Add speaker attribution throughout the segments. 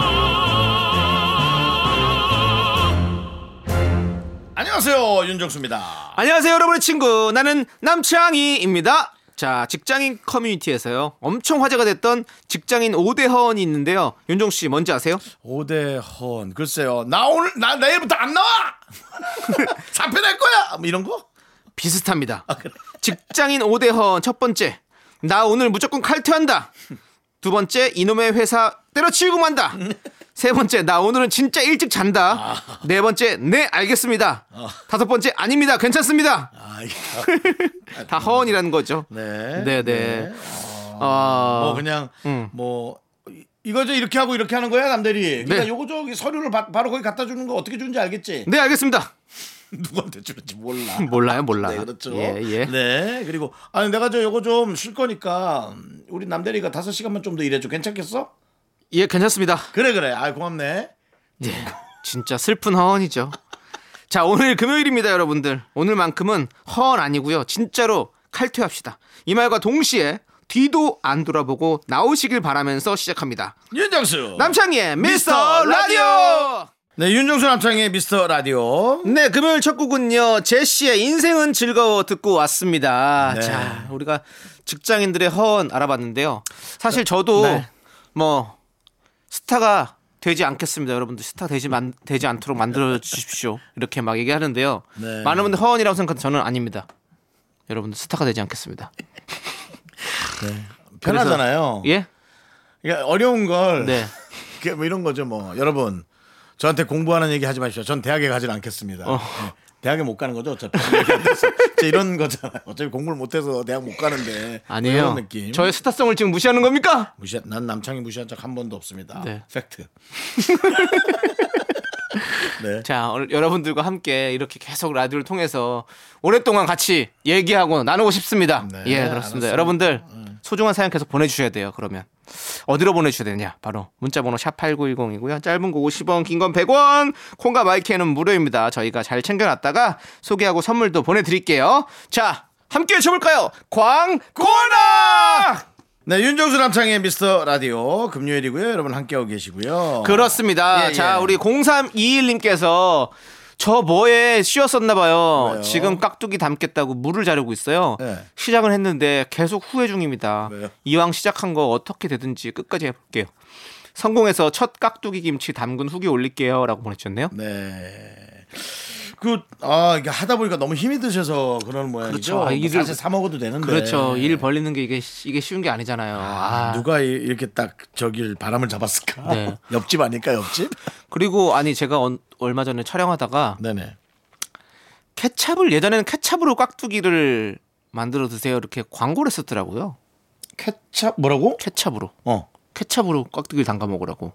Speaker 1: 안녕하세요 윤정수입니다.
Speaker 2: 안녕하세요, 여러분의 친구. 나는 남창희입니다. 자, 직장인 커뮤니티에서요. 엄청 화제가 됐던 직장인 5대 허언이 있는데요. 윤종 씨, 뭔지 아세요?
Speaker 1: 오대헌 글쎄요 나 오늘 나 내일부터 안 나와 사표 낼 거야 뭐 이런 거
Speaker 2: 비슷합니다.
Speaker 1: 아,
Speaker 2: 직장인 5대 허언 첫 번째. 나 오늘 무조건 칼퇴한다. 두 번째, 이놈의 회사 때려치우고 만다. 세 번째, 나 오늘은 진짜 일찍 잔다.
Speaker 1: 아.
Speaker 2: 네 번째, 네, 알겠습니다. 다섯 번째, 아닙니다. 괜찮습니다.
Speaker 1: 아,
Speaker 2: 다 허언이라는 거죠.
Speaker 1: 네.
Speaker 2: 네, 네. 어,
Speaker 1: 뭐 그냥 뭐 이- 이거죠 이렇게 하고 이렇게 하는 거야 남대리. 그러니까
Speaker 2: 네.
Speaker 1: 요거 저기 서류를 바, 로 거기 갖다 주는 거 어떻게 주는지 알겠지.
Speaker 2: 네, 알겠습니다.
Speaker 1: 누구한테 주는지 몰라.
Speaker 2: 몰라요, 몰라.
Speaker 1: 네 그렇죠.
Speaker 2: 예, 예.
Speaker 1: 네 그리고 아니 내가 저 요거 좀 쉴 거니까 우리 남대리가 다섯 시간만 좀 더 일해줘 괜찮겠어?
Speaker 2: 예, 괜찮습니다.
Speaker 1: 그래 그래. 아 고맙네.
Speaker 2: 예. 진짜 슬픈 허언이죠. 자, 오늘 금요일입니다, 여러분들. 오늘만큼은 허언 아니고요. 진짜로 칼퇴합시다. 이 말과 동시에 뒤도 안 돌아보고 나오시길 바라면서 시작합니다.
Speaker 1: 윤정수.
Speaker 2: 남창희의 미스터
Speaker 1: 미스터 라디오!
Speaker 2: 라디오!
Speaker 1: 네 윤정수 남창의 미스터 라디오.
Speaker 2: 네, 금요일 첫 곡은요. 제시의 인생은 즐거워 듣고 왔습니다.
Speaker 1: 네.
Speaker 2: 자, 우리가 직장인들의 허언 알아봤는데요. 사실 저도
Speaker 1: 네.
Speaker 2: 뭐 스타가 되지 않겠습니다. 여러분들 스타 되지 만, 되지 않도록 만들어 주십시오. 이렇게 막 얘기하는데요.
Speaker 1: 네.
Speaker 2: 많은 분들 허언이라고 생각한 저는 아닙니다. 여러분들 스타가 되지 않겠습니다.
Speaker 1: 편하잖아요.
Speaker 2: 예?
Speaker 1: 그러니까 어려운 걸.
Speaker 2: 네.
Speaker 1: 그뭐 이런 거죠 뭐 여러분 저한테 공부하는 얘기 하지 마십시오. 전 대학에 가진 않겠습니다.
Speaker 2: 어.
Speaker 1: 네. 대학에 못 가는 거죠 어차피 제 이런 거잖아요. 어차피 공부를 못해서 대학 못 가는데
Speaker 2: 아니에요.
Speaker 1: 이런 느낌.
Speaker 2: 저의 스타성을 지금 무시하는 겁니까?
Speaker 1: 무시 난 남창이 무시한 적 한 번도 없습니다.
Speaker 2: 네.
Speaker 1: 팩트. 네.
Speaker 2: 자, 오늘 여러분들과 함께 이렇게 계속 라디오를 통해서 오랫동안 같이 얘기하고 나누고 싶습니다.
Speaker 1: 네,
Speaker 2: 예, 그렇습니다.
Speaker 1: 알았어요. 네.
Speaker 2: 여러분들 소중한 사연 계속 보내주셔야 돼요. 그러면 어디로 보내주셔야 되냐? 바로 문자번호 샵 #8910이고요. 짧은 거 50원, 긴 건 100원. 콩과 마이크는 무료입니다. 저희가 잘 챙겨놨다가 소개하고 선물도 보내드릴게요. 자, 함께 해줘볼까요? 광고라!
Speaker 1: 네, 윤정수 남창의 미스터 라디오 금요일이고요. 여러분 함께하고 계시고요.
Speaker 2: 어. 그렇습니다.
Speaker 1: 예, 예.
Speaker 2: 자, 우리 0321님께서 저 뭐에 씌었었나 봐요.
Speaker 1: 왜요?
Speaker 2: 지금 깍두기 담겠다고 물을 자르고 있어요.
Speaker 1: 네.
Speaker 2: 시작을 했는데 계속 후회 중입니다.
Speaker 1: 왜요?
Speaker 2: 이왕 시작한 거 어떻게 되든지 끝까지 해볼게요. 성공해서 첫 깍두기 김치 담근 후기 올릴게요라고 보내주셨네요.
Speaker 1: 네. 그, 아, 이게 하다 보니까 너무 힘이 드셔서 그런 모양이죠.
Speaker 2: 그렇죠. 아,
Speaker 1: 뭐
Speaker 2: 이들-
Speaker 1: 사실 사 먹어도 되는데.
Speaker 2: 그렇죠. 일 벌리는 게 이게 쉬- 이게 쉬운 게 아니잖아요. 아.
Speaker 1: 누가 이- 이렇게 딱 저길 바람을 잡았을까?
Speaker 2: 네.
Speaker 1: 옆집 아닐까 옆집?
Speaker 2: 그리고 아니 제가 언- 얼마 전에 촬영하다가
Speaker 1: 네네.
Speaker 2: 케찹을 예전에는 케찹으로 깍두기를 만들어 드세요 이렇게 광고를 했었더라고요.
Speaker 1: 케찹 뭐라고?
Speaker 2: 케찹으로.
Speaker 1: 어.
Speaker 2: 케찹으로 깍두기를 담가 먹으라고.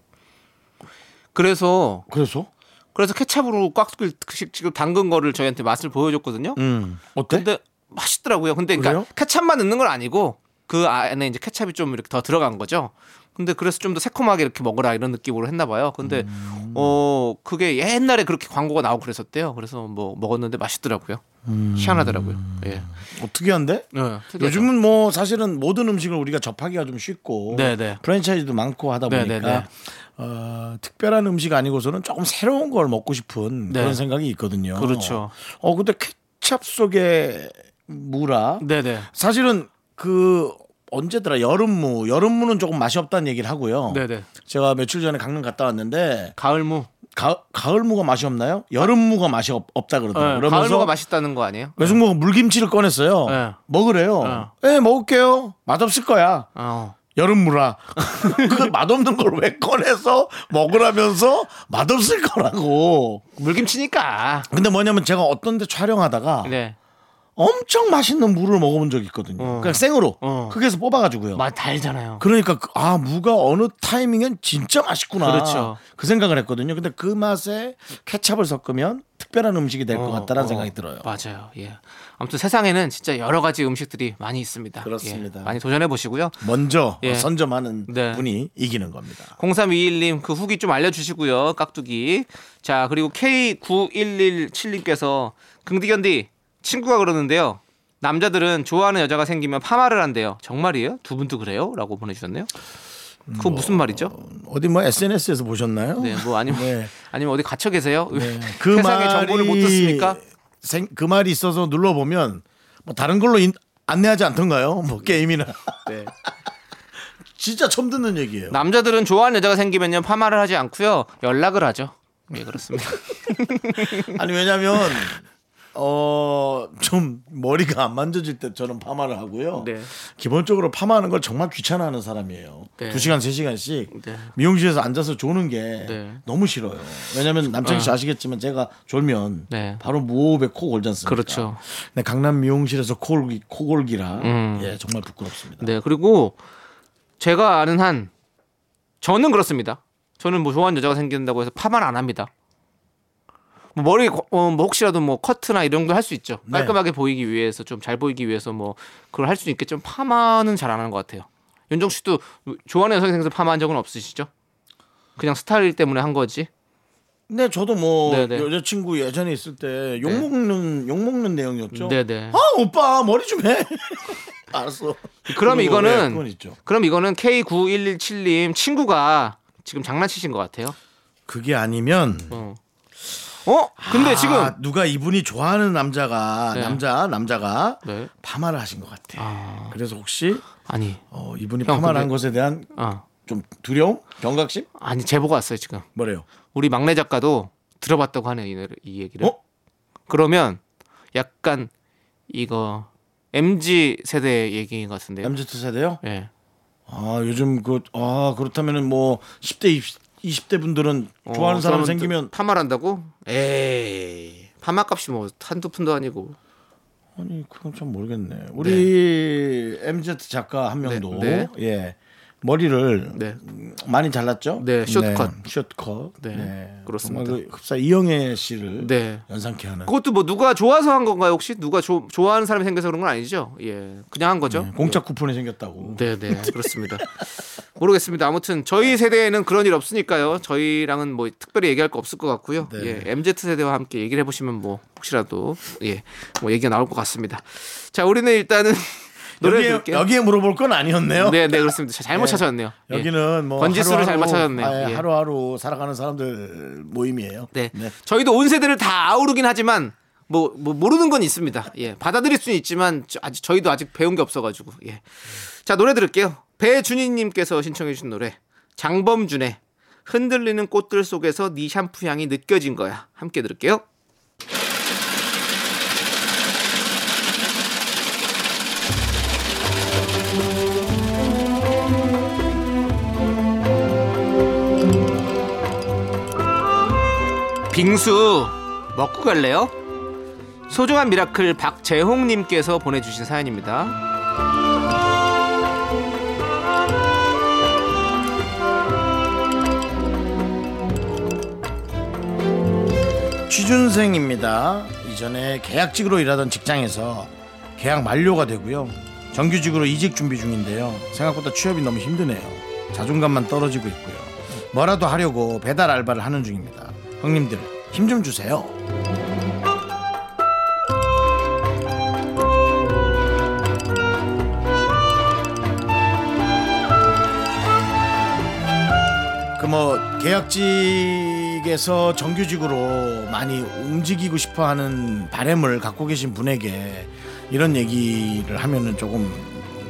Speaker 2: 그래서
Speaker 1: 그래서?
Speaker 2: 그래서 케찹으로 깍두기를 지- 지금 담근 거를 저희한테 맛을 보여줬거든요.
Speaker 1: 음. 어때?
Speaker 2: 근데 맛있더라고요. 근데
Speaker 1: 그래요?
Speaker 2: 그러니까 케찹만 넣는 건 아니고 그 안에 이제 케찹이 좀 이렇게 더 들어간 거죠. 근데 그래서 좀 더 새콤하게 이렇게 먹으라 이런 느낌으로 했나 봐요. 근데
Speaker 1: 음.
Speaker 2: 어 그게 옛날에 그렇게 광고가 나오고 그랬었대요. 그래서 뭐 먹었는데 맛있더라고요. 희한하더라고요. 예.
Speaker 1: 어떻게 한데?
Speaker 2: 네, 특이하죠.
Speaker 1: 음. 요즘은 뭐 사실은 모든 음식을 우리가 접하기가 좀 쉽고
Speaker 2: 네네.
Speaker 1: 프랜차이즈도 많고 하다
Speaker 2: 네네네.
Speaker 1: 보니까 어, 특별한 음식 아니고서는 조금 새로운 걸 먹고 싶은
Speaker 2: 네.
Speaker 1: 그런 생각이 있거든요.
Speaker 2: 그렇죠.
Speaker 1: 어 근데 케찹 속에 무라
Speaker 2: 네네.
Speaker 1: 사실은 그 언제더라 여름무 여름무는 조금 맛이 없다는 얘기를 하고요.
Speaker 2: 네네.
Speaker 1: 제가 며칠 전에 강릉 갔다 왔는데
Speaker 2: 가을무.
Speaker 1: 가, 가을무가 맛이 없나요? 여름무가 맛이 없, 다 그러더라고요.
Speaker 2: 네,
Speaker 1: 그러면서
Speaker 2: 가을무가 맛있다는 거 아니에요?
Speaker 1: 외숙모가 뭐 물김치를 꺼냈어요.
Speaker 2: 네.
Speaker 1: 먹으래요. 예, 먹을게요. 맛없을 거야.
Speaker 2: 어.
Speaker 1: 여름무라. 그 맛없는 걸 왜 꺼내서 먹으라면서 맛없을 거라고.
Speaker 2: 물김치니까.
Speaker 1: 근데 뭐냐면 제가 어떤 데 촬영하다가
Speaker 2: 네.
Speaker 1: 엄청 맛있는 무를 먹어본 적이 있거든요. 그냥 생으로.
Speaker 2: 어.
Speaker 1: 크게서 뽑아가지고요.
Speaker 2: 맛 달잖아요.
Speaker 1: 그러니까 그- 아 무가 어느 타이밍엔 진짜 맛있구나
Speaker 2: 그렇죠.
Speaker 1: 그 생각을 했거든요. 근데 그 맛에 케찹을 섞으면 특별한 음식이 될 것
Speaker 2: 어,
Speaker 1: 같다는
Speaker 2: 어,
Speaker 1: 생각이 들어요.
Speaker 2: 맞아요. 예. 아무튼 세상에는 진짜 여러 가지 음식들이 많이 있습니다.
Speaker 1: 그렇습니다.
Speaker 2: 예, 많이 도전해 보시고요.
Speaker 1: 먼저
Speaker 2: 예.
Speaker 1: 선점하는
Speaker 2: 네.
Speaker 1: 분이 이기는 겁니다.
Speaker 2: 0321님 그 후기 좀 알려주시고요. 깍두기. 자 그리고 K9117님께서 긍디견디 친구가 그러는데요. 남자들은 좋아하는 여자가 생기면 파마를 한대요. 정말이에요? 두 분도 그래요? 라고 보내주셨네요. 그거 무슨 말이죠?
Speaker 1: 어디 뭐 SNS에서 보셨나요?
Speaker 2: 네, 뭐 아니면
Speaker 1: 네.
Speaker 2: 아니면 어디 갇혀 계세요?
Speaker 1: 네.
Speaker 2: 세상에 정보를 못 듣습니까?
Speaker 1: 생- 그 말이 있어서 눌러 보면 뭐 다른 걸로 인- 안내하지 않던가요? 뭐 게임이나.
Speaker 2: 네.
Speaker 1: 진짜 처음 듣는 얘기예요.
Speaker 2: 남자들은 좋아하는 여자가 생기면요 파마를 하지 않고요 연락을 하죠. 예 그렇습니다.
Speaker 1: 아니 왜냐면 어, 좀 머리가 안 만져질 때 저는 파마를 하고요.
Speaker 2: 네.
Speaker 1: 기본적으로 파마하는 걸 정말 귀찮아하는 사람이에요.
Speaker 2: 네.
Speaker 1: 두시간세시간씩
Speaker 2: 네.
Speaker 1: 미용실에서 앉아서 조는 게
Speaker 2: 네.
Speaker 1: 너무 싫어요. 왜냐면 남창희 씨 아시겠지만 제가 졸면
Speaker 2: 네.
Speaker 1: 바로 무호흡에 코 골지 않습니까?
Speaker 2: 그렇죠.
Speaker 1: 근데 강남 미용실에서 코골기, 코골기라
Speaker 2: 음.
Speaker 1: 예, 정말 부끄럽습니다.
Speaker 2: 네 그리고 제가 아는 한 저는 그렇습니다. 저는 뭐 좋아하는 여자가 생긴다고 해서 파마는 안 합니다. 뭐 머리 거- 어, 뭐 혹시라도 뭐 커트나 이런 걸 할 수 있죠.
Speaker 1: 네.
Speaker 2: 깔끔하게 보이기 위해서 좀 잘 보이기 위해서 뭐 그걸 할 수는 있겠지만 파마는 잘 안 하는 것 같아요. 윤정 씨도 좋아하는 여성 생겨서 파마한 적은 없으시죠? 그냥 스타일 때문에 한 거지.
Speaker 1: 근데 저도 뭐
Speaker 2: 네, 네.
Speaker 1: 여자친구 예전에 있을 때 욕먹는 욕먹는 내용이었죠.
Speaker 2: 네네.
Speaker 1: 아 오빠 머리 좀 해. 알았어.
Speaker 2: 그럼
Speaker 1: 그리고 예,
Speaker 2: 이거는
Speaker 1: 그건 있죠.
Speaker 2: 그럼 이거는 K9117님 친구가 지금 장난치신 것 같아요.
Speaker 1: 그게 아니면
Speaker 2: 어. 어? 근데
Speaker 1: 아,
Speaker 2: 지금
Speaker 1: 누가 이분이 좋아하는 남자가
Speaker 2: 네.
Speaker 1: 남자 남자가
Speaker 2: 네.
Speaker 1: 파마를 하신 것 같아. 그래서 혹시
Speaker 2: 아니.
Speaker 1: 어, 이분이
Speaker 2: 형,
Speaker 1: 파마를
Speaker 2: 근데-
Speaker 1: 한 것에 대한
Speaker 2: 어.
Speaker 1: 좀 두려움, 경각심
Speaker 2: 아니 제보가 왔어요 지금.
Speaker 1: 뭐래요?
Speaker 2: 우리 막내 작가도 들어봤다고 하는 이, 노래- 이 얘기를.
Speaker 1: 어?
Speaker 2: 그러면 약간 이거 MG 세대 얘기 같은데요.
Speaker 1: MZ 세대요?
Speaker 2: 예.
Speaker 1: 네. 아 요즘 그 아 그렇다면은 뭐 10대 20, 대 분들은 좋아하는
Speaker 2: 어,
Speaker 1: 사람
Speaker 2: 그러면
Speaker 1: 생기면
Speaker 2: 파마를 한다고? 에이. 파마 값이 뭐 한두 푼도 아니고.
Speaker 1: 아니 그건 참 모르겠네. 우리 MZ 작가 한 명도
Speaker 2: 네.
Speaker 1: 예 머리를
Speaker 2: 네.
Speaker 1: 많이 잘랐죠?
Speaker 2: 네, 숏컷.
Speaker 1: 네, 숏컷.
Speaker 2: 네, 그렇습니다.
Speaker 1: 정말 그 흡사 이영애 씨를
Speaker 2: 네.
Speaker 1: 연상케 하는
Speaker 2: 그것도 뭐 누가 좋아서 한 건가요 혹시 누가 조- 좋아하는 사람이 생겨서 그런 건 아니죠? 예, 그냥 한 거죠.
Speaker 1: 네, 공짜 쿠폰이 생겼다고.
Speaker 2: 네, 네, 그렇습니다. 모르겠습니다. 아무튼
Speaker 1: 네.
Speaker 2: 저희 세대에는 그런 일 없으니까요. 저희랑은 뭐 특별히 얘기할 거 없을 것 같고요.
Speaker 1: 네.
Speaker 2: 예, MZ 세대와 함께 얘기를 해보시면 뭐 혹시라도 예, 뭐 얘기가 나올 것 같습니다. 자, 우리는 일단은 노래
Speaker 1: 여기에,
Speaker 2: 들을게요.
Speaker 1: 여기에 물어볼 건 아니었네요.
Speaker 2: 네, 네, 그렇습니다. 자, 잘못
Speaker 1: 네.
Speaker 2: 찾아왔네요. 예.
Speaker 1: 여기는 뭐
Speaker 2: 번지수를 잘
Speaker 1: 하루하루,
Speaker 2: 맞춰줬네요.
Speaker 1: 아,
Speaker 2: 예.
Speaker 1: 하루하루 살아가는 사람들 모임이에요.
Speaker 2: 네. 저희도 온 세대를 다 아우르긴 하지만 뭐, 뭐 모르는 건 있습니다. 예. 받아들일 수는 있지만 저- 아직 저희도 아직 배운 게 없어 가지고. 예. 자, 노래 들을게요. 배준희 님께서 신청해 주신 노래. 장범준의 흔들리는 꽃들 속에서 네 샴푸 향이 느껴진 거야. 함께 들을게요. 빙수 먹고 갈래요? 소중한 미라클 박재홍님께서 보내주신 사연입니다.
Speaker 1: 취준생입니다. 이전에 계약직으로 일하던 직장에서 계약 만료가 되고요. 정규직으로 이직 준비 중인데요. 생각보다 취업이 너무 힘드네요. 자존감만 떨어지고 있고요. 뭐라도 하려고 배달 알바를 하는 중입니다. 형님들 힘 좀 주세요. 그 뭐 계약직에서 정규직으로 많이 움직이고 싶어하는 바램을 갖고 계신 분에게 이런 얘기를 하면은 조금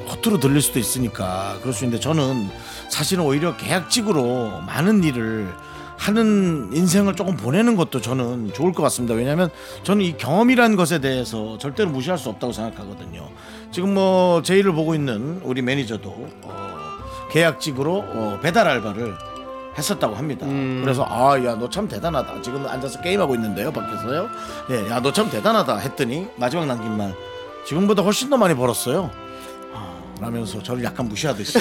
Speaker 1: 허투루 들릴 수도 있으니까 그럴 수 있는데 저는 사실은 오히려 계약직으로 많은 일을 하는 인생을 조금 보내는 것도 저는 좋을 것 같습니다. 왜냐하면 저는 이 경험이란 것에 대해서 절대로 무시할 수 없다고 생각하거든요. 지금 뭐 제의를 보고 있는 우리 매니저도 어, 계약직으로 어, 배달 알바를 했었다고 합니다.
Speaker 2: 음.
Speaker 1: 그래서 아 야 너 참 대단하다. 지금 앉아서 게임하고 있는데요 밖에서요. 예, 야 너 참 대단하다 했더니 마지막 남긴 말 지금보다 훨씬 더 많이 벌었어요. 아, 라면서 저를 약간 무시하듯이.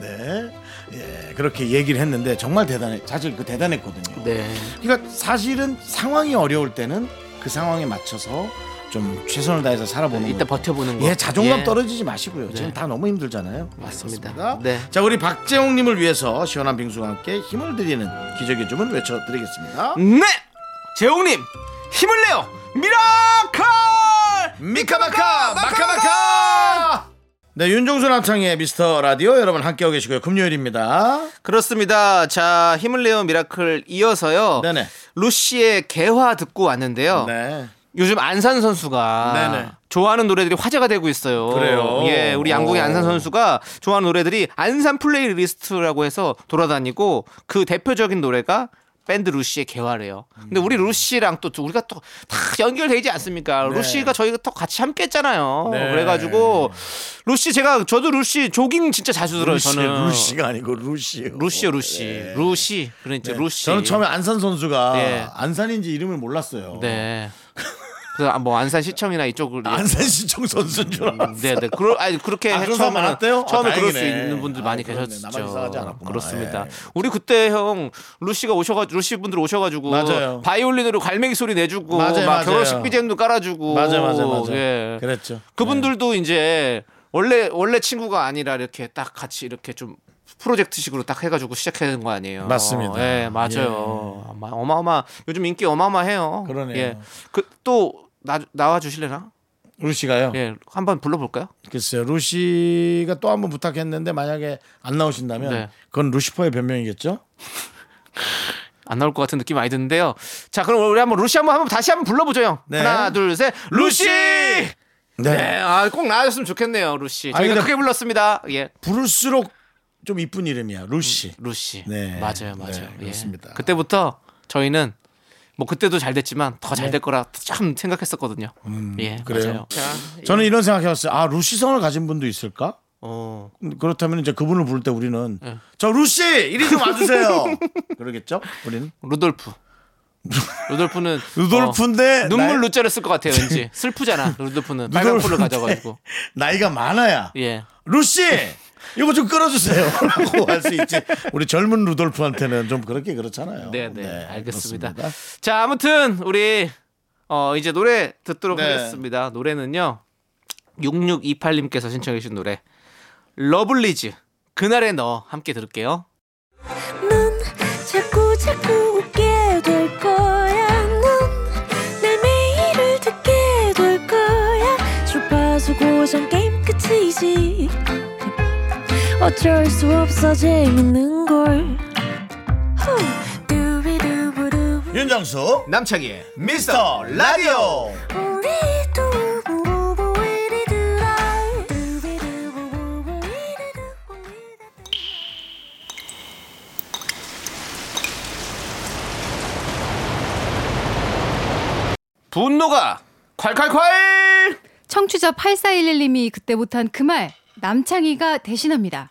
Speaker 1: 네, 예 그렇게 얘기를 했는데 정말 대단해. 사실 그 대단했거든요.
Speaker 2: 네.
Speaker 1: 그러니까 사실은 상황이 어려울 때는 그 상황에 맞춰서 좀 최선을 다해서 살아보는
Speaker 2: 네, 이따
Speaker 1: 거고.
Speaker 2: 버텨보는 거.
Speaker 1: 예, 자존감
Speaker 2: 예.
Speaker 1: 떨어지지 마시고요. 지금 다 너무 힘들잖아요.
Speaker 2: 맞습니다.
Speaker 1: 그렇습니다.
Speaker 2: 네.
Speaker 1: 자, 우리 박재홍 님을 위해서 시원한 빙수와 함께 힘을 드리는 기적의 주문 외쳐 드리겠습니다.
Speaker 2: 네. 재홍님 힘을 내요. 미라클.
Speaker 1: 미카마카 마카마카 네 윤종수 남창의 미스터 라디오 여러분 함께하고 계시고요 금요일입니다
Speaker 2: 그렇습니다. 자 힘을 내요 미라클 이어서요. 어.
Speaker 1: 네네.
Speaker 2: 루시의 개화 듣고 왔는데요.
Speaker 1: 네
Speaker 2: 요즘 안산 선수가
Speaker 1: 네네.
Speaker 2: 좋아하는 노래들이 화제가 되고 있어요.
Speaker 1: 그래요? 어.
Speaker 2: 예, 우리 양국의
Speaker 1: 오.
Speaker 2: 안산 선수가 좋아하는 노래들이 안산 플레이리스트라고 해서 돌아다니고 그 대표적인 노래가 밴드 루시의 개화래요. 근데
Speaker 1: 음.
Speaker 2: 우리 루시랑 또 우리가 또 다 연결돼 있지 않습니까? 루시가 저희가 또 같이 함께 했잖아요.
Speaker 1: 네.
Speaker 2: 그래가지고 루시 제가 저도 루시 조깅 진짜 자주 들어요.
Speaker 1: 루시
Speaker 2: 저는
Speaker 1: 루시가 아니고 루시요
Speaker 2: 루시요 루시 루시 그러니까
Speaker 1: 네.
Speaker 2: 루시.
Speaker 1: 저는 처음에 안산 선수가
Speaker 2: 예.
Speaker 1: 안산인지 이름을 몰랐어요
Speaker 2: 네. 그래서 뭐 안산 시청이나 이쪽을
Speaker 1: 안산 시청 선수인 줄 알았어요
Speaker 2: 네, 네. 그러, 아니, 그렇게
Speaker 1: 아,
Speaker 2: 해-
Speaker 1: 그런 사람
Speaker 2: 처음에는-
Speaker 1: 많았대요? 아,
Speaker 2: 처음에 그럴 수
Speaker 1: 다행이네.
Speaker 2: 있는 분들
Speaker 1: 아,
Speaker 2: 많이
Speaker 1: 그러네. 나만 이상하지
Speaker 2: 계셨죠.
Speaker 1: 않았구나.
Speaker 2: 그렇습니다.
Speaker 1: 예.
Speaker 2: 우리 그때 형 루시가 오셔가지고 루시 분들 오셔가지고
Speaker 1: 맞아요.
Speaker 2: 바이올린으로 갈매기 소리 내주고
Speaker 1: 맞아요,
Speaker 2: 막
Speaker 1: 맞아요.
Speaker 2: 결혼식 BGM도 깔아주고
Speaker 1: 맞아 맞아 맞아
Speaker 2: 예.
Speaker 1: 그랬죠
Speaker 2: 그분들도 이제 원래 원래 친구가 아니라 이렇게 딱 같이 이렇게 좀 프로젝트식으로 딱 해가지고 시작하는 거 아니에요.
Speaker 1: 맞습니다.
Speaker 2: 예, 맞아요. 어마- 어마어마 요즘 인기 어마어마해요.
Speaker 1: 그러네요.
Speaker 2: 예. 그또 나와 주실래나?
Speaker 1: 네. 루시가요
Speaker 2: 예, 한번 불러볼까요?
Speaker 1: 글쎄요 루시가 또 한번 부탁했는데 만약에 안 나오신다면
Speaker 2: 네.
Speaker 1: 그건 루시퍼의 변명이겠죠
Speaker 2: 안 나올 것 같은 느낌 많이 드는데요. 자, 그럼 우리 한번 루시 한번 한번 다시 한번 불러보죠 형.
Speaker 1: 네.
Speaker 2: 하나, 둘, 셋, 루시. 네, 아, 꼭 나와줬으면 좋겠네요, 루시.
Speaker 1: 아니,
Speaker 2: 저희가
Speaker 1: 근데-
Speaker 2: 크게 불렀습니다. 예,
Speaker 1: 부를수록 좀 이쁜 이름이야 루시
Speaker 2: 루시.
Speaker 1: 네.
Speaker 2: 맞아요, 맞아요.
Speaker 1: 네,
Speaker 2: 예.
Speaker 1: 그렇습니다.
Speaker 2: 그때부터 저희는 뭐 그때도 잘 됐지만 더 잘 될 거라 참 생각했었거든요. 예,
Speaker 1: 음, 그래요?
Speaker 2: 맞아요. 네. 자,
Speaker 1: 저는 이런 생각해봤어요. 아 루시성을 가진 분도 있을까?
Speaker 2: 어,
Speaker 1: 그렇다면 이제 그분을 부를 때 우리는
Speaker 2: 네.
Speaker 1: 저 루시 이리 좀 와주세요. 그러겠죠? 우리는
Speaker 2: 어, 루돌프. 루돌프는
Speaker 1: 루돌프인데
Speaker 2: 어, 눈물
Speaker 1: 나이-
Speaker 2: 루자를 쓸 것 같아요, 왠지. 슬프잖아, 루돌프는 빨간
Speaker 1: 루돌프인데
Speaker 2: 풀을 가져가지고.
Speaker 1: 나이가 많아야
Speaker 2: 예.
Speaker 1: 루시 이거 좀 끌어주세요라고 할 수 있지. 우리 젊은 루돌프한테는 좀 그렇게 그렇잖아요.
Speaker 2: 네, 네, 알겠습니다.
Speaker 1: 그렇습니다.
Speaker 2: 자, 아무튼 우리 어 이제 노래 듣도록
Speaker 1: 네.
Speaker 2: 하겠습니다. 노래는요. 6628님께서 신청해 주신 노래 러블리즈 그날의 너 함께 들을게요.
Speaker 3: 넌 자꾸 자꾸 웃게 될 거야. 넌내 매일을 듣게 될 거야. 주파수 고정 게임 끝이지. 어쩔 수 없어 재밌는 걸. 후. 두비두부두부.
Speaker 1: 윤정수
Speaker 2: 남창희의
Speaker 1: 미스터 라디오.
Speaker 3: 우리 두부부부 우리 두라. 두비두부부부 우리 두부 우리 두부.
Speaker 2: 분노가 콸콸콸!
Speaker 4: 청취자 8411님이 그때 못한 그 말 남창희가 대신합니다.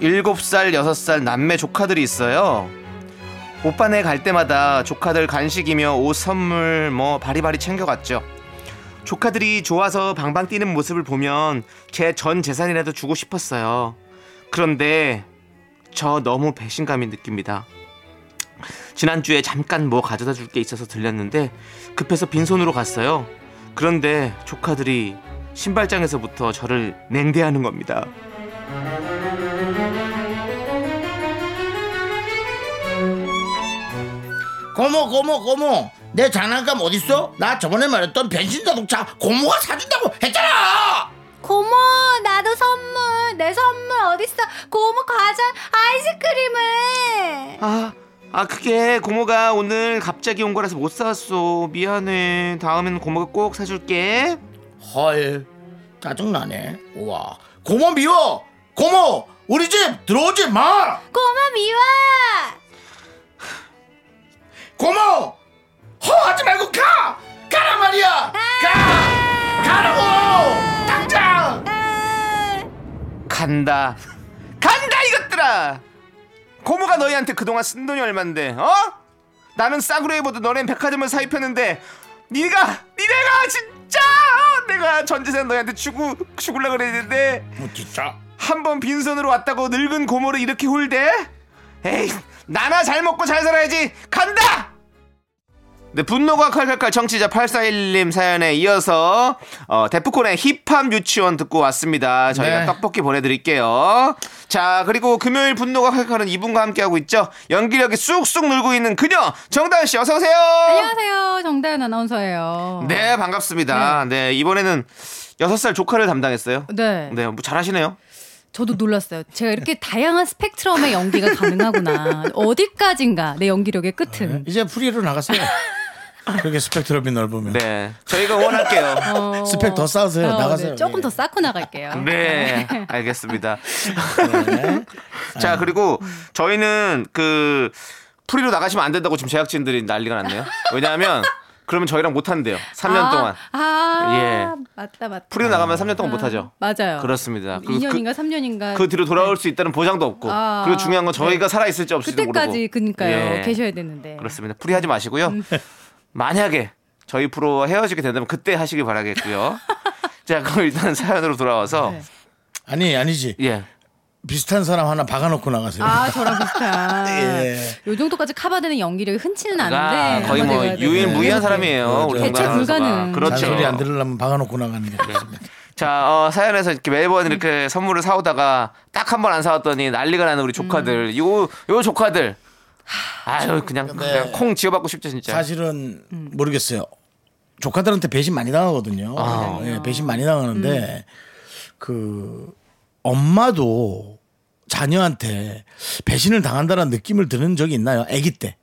Speaker 2: 일곱 살 여섯 살 남매 조카들이 있어요. 오빠네 갈 때마다 조카들 간식이며 옷 선물 뭐 바리바리 챙겨갔죠. 조카들이 좋아서 방방 뛰는 모습을 보면 제 전 재산이라도 주고 싶었어요. 그런데 저 너무 배신감이 느낍니다. 지난주에 잠깐 뭐 가져다 줄 게 있어서 들렸는데 급해서 빈손으로 갔어요. 그런데 조카들이 신발장에서부터 저를 냉대하는 겁니다.
Speaker 1: 고모 고모 고모 내 장난감 어딨어? 나 저번에 말했던 변신 자동차 고모가 사준다고 했잖아.
Speaker 4: 고모 나도 선물 내 선물 어딨어 고모 과자 아이스크림을
Speaker 2: 아, 아 그게 고모가 오늘 갑자기 온 거라서 못 사왔어. 미안해. 다음엔 고모가 꼭 사줄게.
Speaker 1: 헐 짜증나네 우와 고모 미워 고모 우리 집 들어오지 마
Speaker 4: 고모 미워
Speaker 1: 고모 허하지 말고 가 가란 말이야 가 가라고 당장
Speaker 2: 간다. 간다 이것들아. 고모가 너희 너희한테 그동안 쓴 돈이 얼만데 어? 나는 싸구려 해보도 너넨 백화점을 사 입혔는데 네가 니네가 진짜 어? 내가 전재산 너희한테 주고 죽을라 그랬는데
Speaker 1: 뭐 진짜
Speaker 2: 한 번 빈손으로 왔다고 늙은 고모를 이렇게 홀대? 에이 나나 잘 먹고 잘 살아야지 간다! 네, 분노가 칼칼칼 청취자 8411님 사연에 이어서 어, 데프콘의 힙합 유치원 듣고 왔습니다. 저희가
Speaker 1: 네.
Speaker 2: 떡볶이 보내드릴게요. 자 그리고 금요일 분노가 칼칼은 이분과 함께하고 있죠. 연기력이 쑥쑥 늘고 있는 그녀 정다은 씨 어서 오세요.
Speaker 4: 안녕하세요. 정다은 아나운서예요.
Speaker 2: 네 반갑습니다. 네, 이번에는 6살 조카를 담당했어요.
Speaker 4: 네.
Speaker 2: 네, 뭐 잘하시네요.
Speaker 4: 저도 놀랐어요. 제가 이렇게 다양한 스펙트럼의 연기가 가능하구나. 어디까지인가 내 연기력의 끝은.
Speaker 1: 이제 프리로 나갔어요. 그렇게 스펙트럼이 넓으면
Speaker 2: 네, 저희가 응원할게요.
Speaker 4: 어,
Speaker 1: 스펙 더 쌓으세요.
Speaker 4: 어,
Speaker 1: 나가세요.
Speaker 4: 네. 조금
Speaker 1: 예.
Speaker 4: 더 쌓고 나갈게요.
Speaker 2: 네, 알겠습니다.
Speaker 1: 네.
Speaker 4: 아.
Speaker 2: 자, 그리고 저희는 그 프리로 나가시면 안 된다고 지금 제작진들이 난리가 났네요. 왜냐하면 그러면 저희랑 못 한대요. 3년
Speaker 4: 아,
Speaker 2: 동안.
Speaker 4: 아, 맞다 맞다.
Speaker 2: 프리로 나가면 3년 동안 못 하죠.
Speaker 4: 맞아요.
Speaker 2: 그렇습니다. 그리고
Speaker 4: 2년인가 3년인가
Speaker 2: 그 뒤로 돌아올 수 있다는 보장도 없고
Speaker 4: 아,
Speaker 2: 그리고 중요한 건 저희가
Speaker 4: 네.
Speaker 2: 살아 있을지 없을지도
Speaker 4: 그때까지
Speaker 2: 모르고.
Speaker 4: 그니까요 음.
Speaker 2: 예.
Speaker 4: 계셔야 되는데.
Speaker 2: 그렇습니다. 프리하지 마시고요. 만약에 저희 프로와 헤어지게 된다면 그때 하시길 바라겠고요. 자, 그럼 일단 사연으로 돌아와서
Speaker 4: 네.
Speaker 1: 아니 아니지
Speaker 2: 예.
Speaker 1: 비슷한 사람 하나 박아놓고 나가세요.
Speaker 4: 아 저랑 비슷한.
Speaker 1: 예.
Speaker 4: 요 정도까지 카바되는 연기력이 흔치는
Speaker 2: 아,
Speaker 4: 않은데
Speaker 2: 거의
Speaker 4: 한번
Speaker 2: 뭐
Speaker 4: 해봐야 네.
Speaker 2: 유일무이한
Speaker 4: 되는데.
Speaker 2: 사람이에요. 우리
Speaker 1: 대체
Speaker 2: 정다은 아나운서가.
Speaker 4: 불가능.
Speaker 2: 그렇죠.
Speaker 1: 그렇죠. 잔소리 안 들으려면 박아놓고 나가는 게 좋습니다.
Speaker 2: 자, 어, 사연에서 이렇게 매번
Speaker 4: 음.
Speaker 2: 이렇게 선물을 사오다가 딱 한 번 안 사왔더니 난리가 나는 우리 조카들.
Speaker 4: 음.
Speaker 2: 요, 요 조카들. 아유, 그냥, 그냥 콩 지어받고 싶죠, 진짜.
Speaker 1: 사실은 모르겠어요. 조카들한테 배신 많이 당하거든요.
Speaker 2: 아.
Speaker 1: 예, 배신 많이 당하는데 그 엄마도 자녀한테 배신을 당한다는 느낌을 드는 적이 있나요? 아기 때.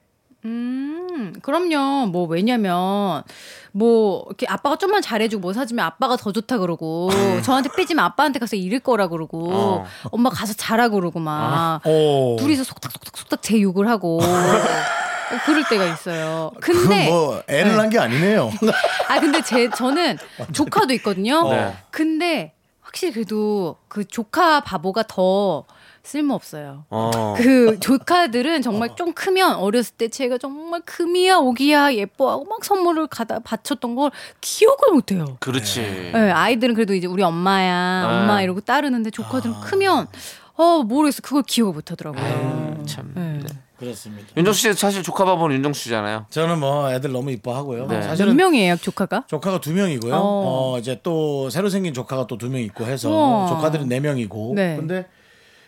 Speaker 4: 음, 그럼요. 뭐 왜냐면 뭐 이렇게 아빠가 좀만 잘해주고 뭐 사주면 아빠가 더 좋다 그러고 저한테 삐지면 아빠한테 가서 잃을 거라 그러고
Speaker 2: 음. 어. 아.
Speaker 4: 엄마 가서 자라 그러고 막
Speaker 1: 오.
Speaker 4: 둘이서 속닥속닥속닥 제 욕을 하고 뭐 그럴 때가 있어요. 근데
Speaker 1: 그뭐 애를
Speaker 4: 네.
Speaker 1: 낳은 게 아니네요.
Speaker 4: 아 근데 제 저는 조카도 있거든요.
Speaker 1: 네.
Speaker 4: 근데 확실히 그래도 그 조카 바보가 더 쓸모 없어요.
Speaker 2: 어.
Speaker 4: 그 조카들은
Speaker 1: 어.
Speaker 4: 정말 좀 크면 어렸을 때 제가 정말 금이야 오기야 예뻐하고 막 선물을 가다 바쳤던 걸 기억을 못해요.
Speaker 1: 음.
Speaker 2: 그렇지.
Speaker 4: 예, 아이들은 그래도 이제 우리 엄마야
Speaker 2: 네.
Speaker 4: 엄마 이러고 따르는데 조카들은
Speaker 1: 아.
Speaker 4: 크면 어 모르겠어 그걸 기억을 못하더라고요.
Speaker 2: 아유, 음, 참.
Speaker 4: 네.
Speaker 1: 그렇습니다.
Speaker 2: 윤정수 씨 사실 조카 바보는 윤정수 씨잖아요.
Speaker 1: 저는 뭐 애들 너무 이뻐하고요.
Speaker 2: 네.
Speaker 4: 몇
Speaker 1: 사실은
Speaker 4: 명이에요 조카가?
Speaker 1: 조카가 두 명이고요.
Speaker 4: 어.
Speaker 1: 어. 이제 또 새로 생긴 조카가 또 두 명 있고 해서
Speaker 4: 우와.
Speaker 1: 조카들은 네 명이고.
Speaker 4: 어. 네.
Speaker 1: 근데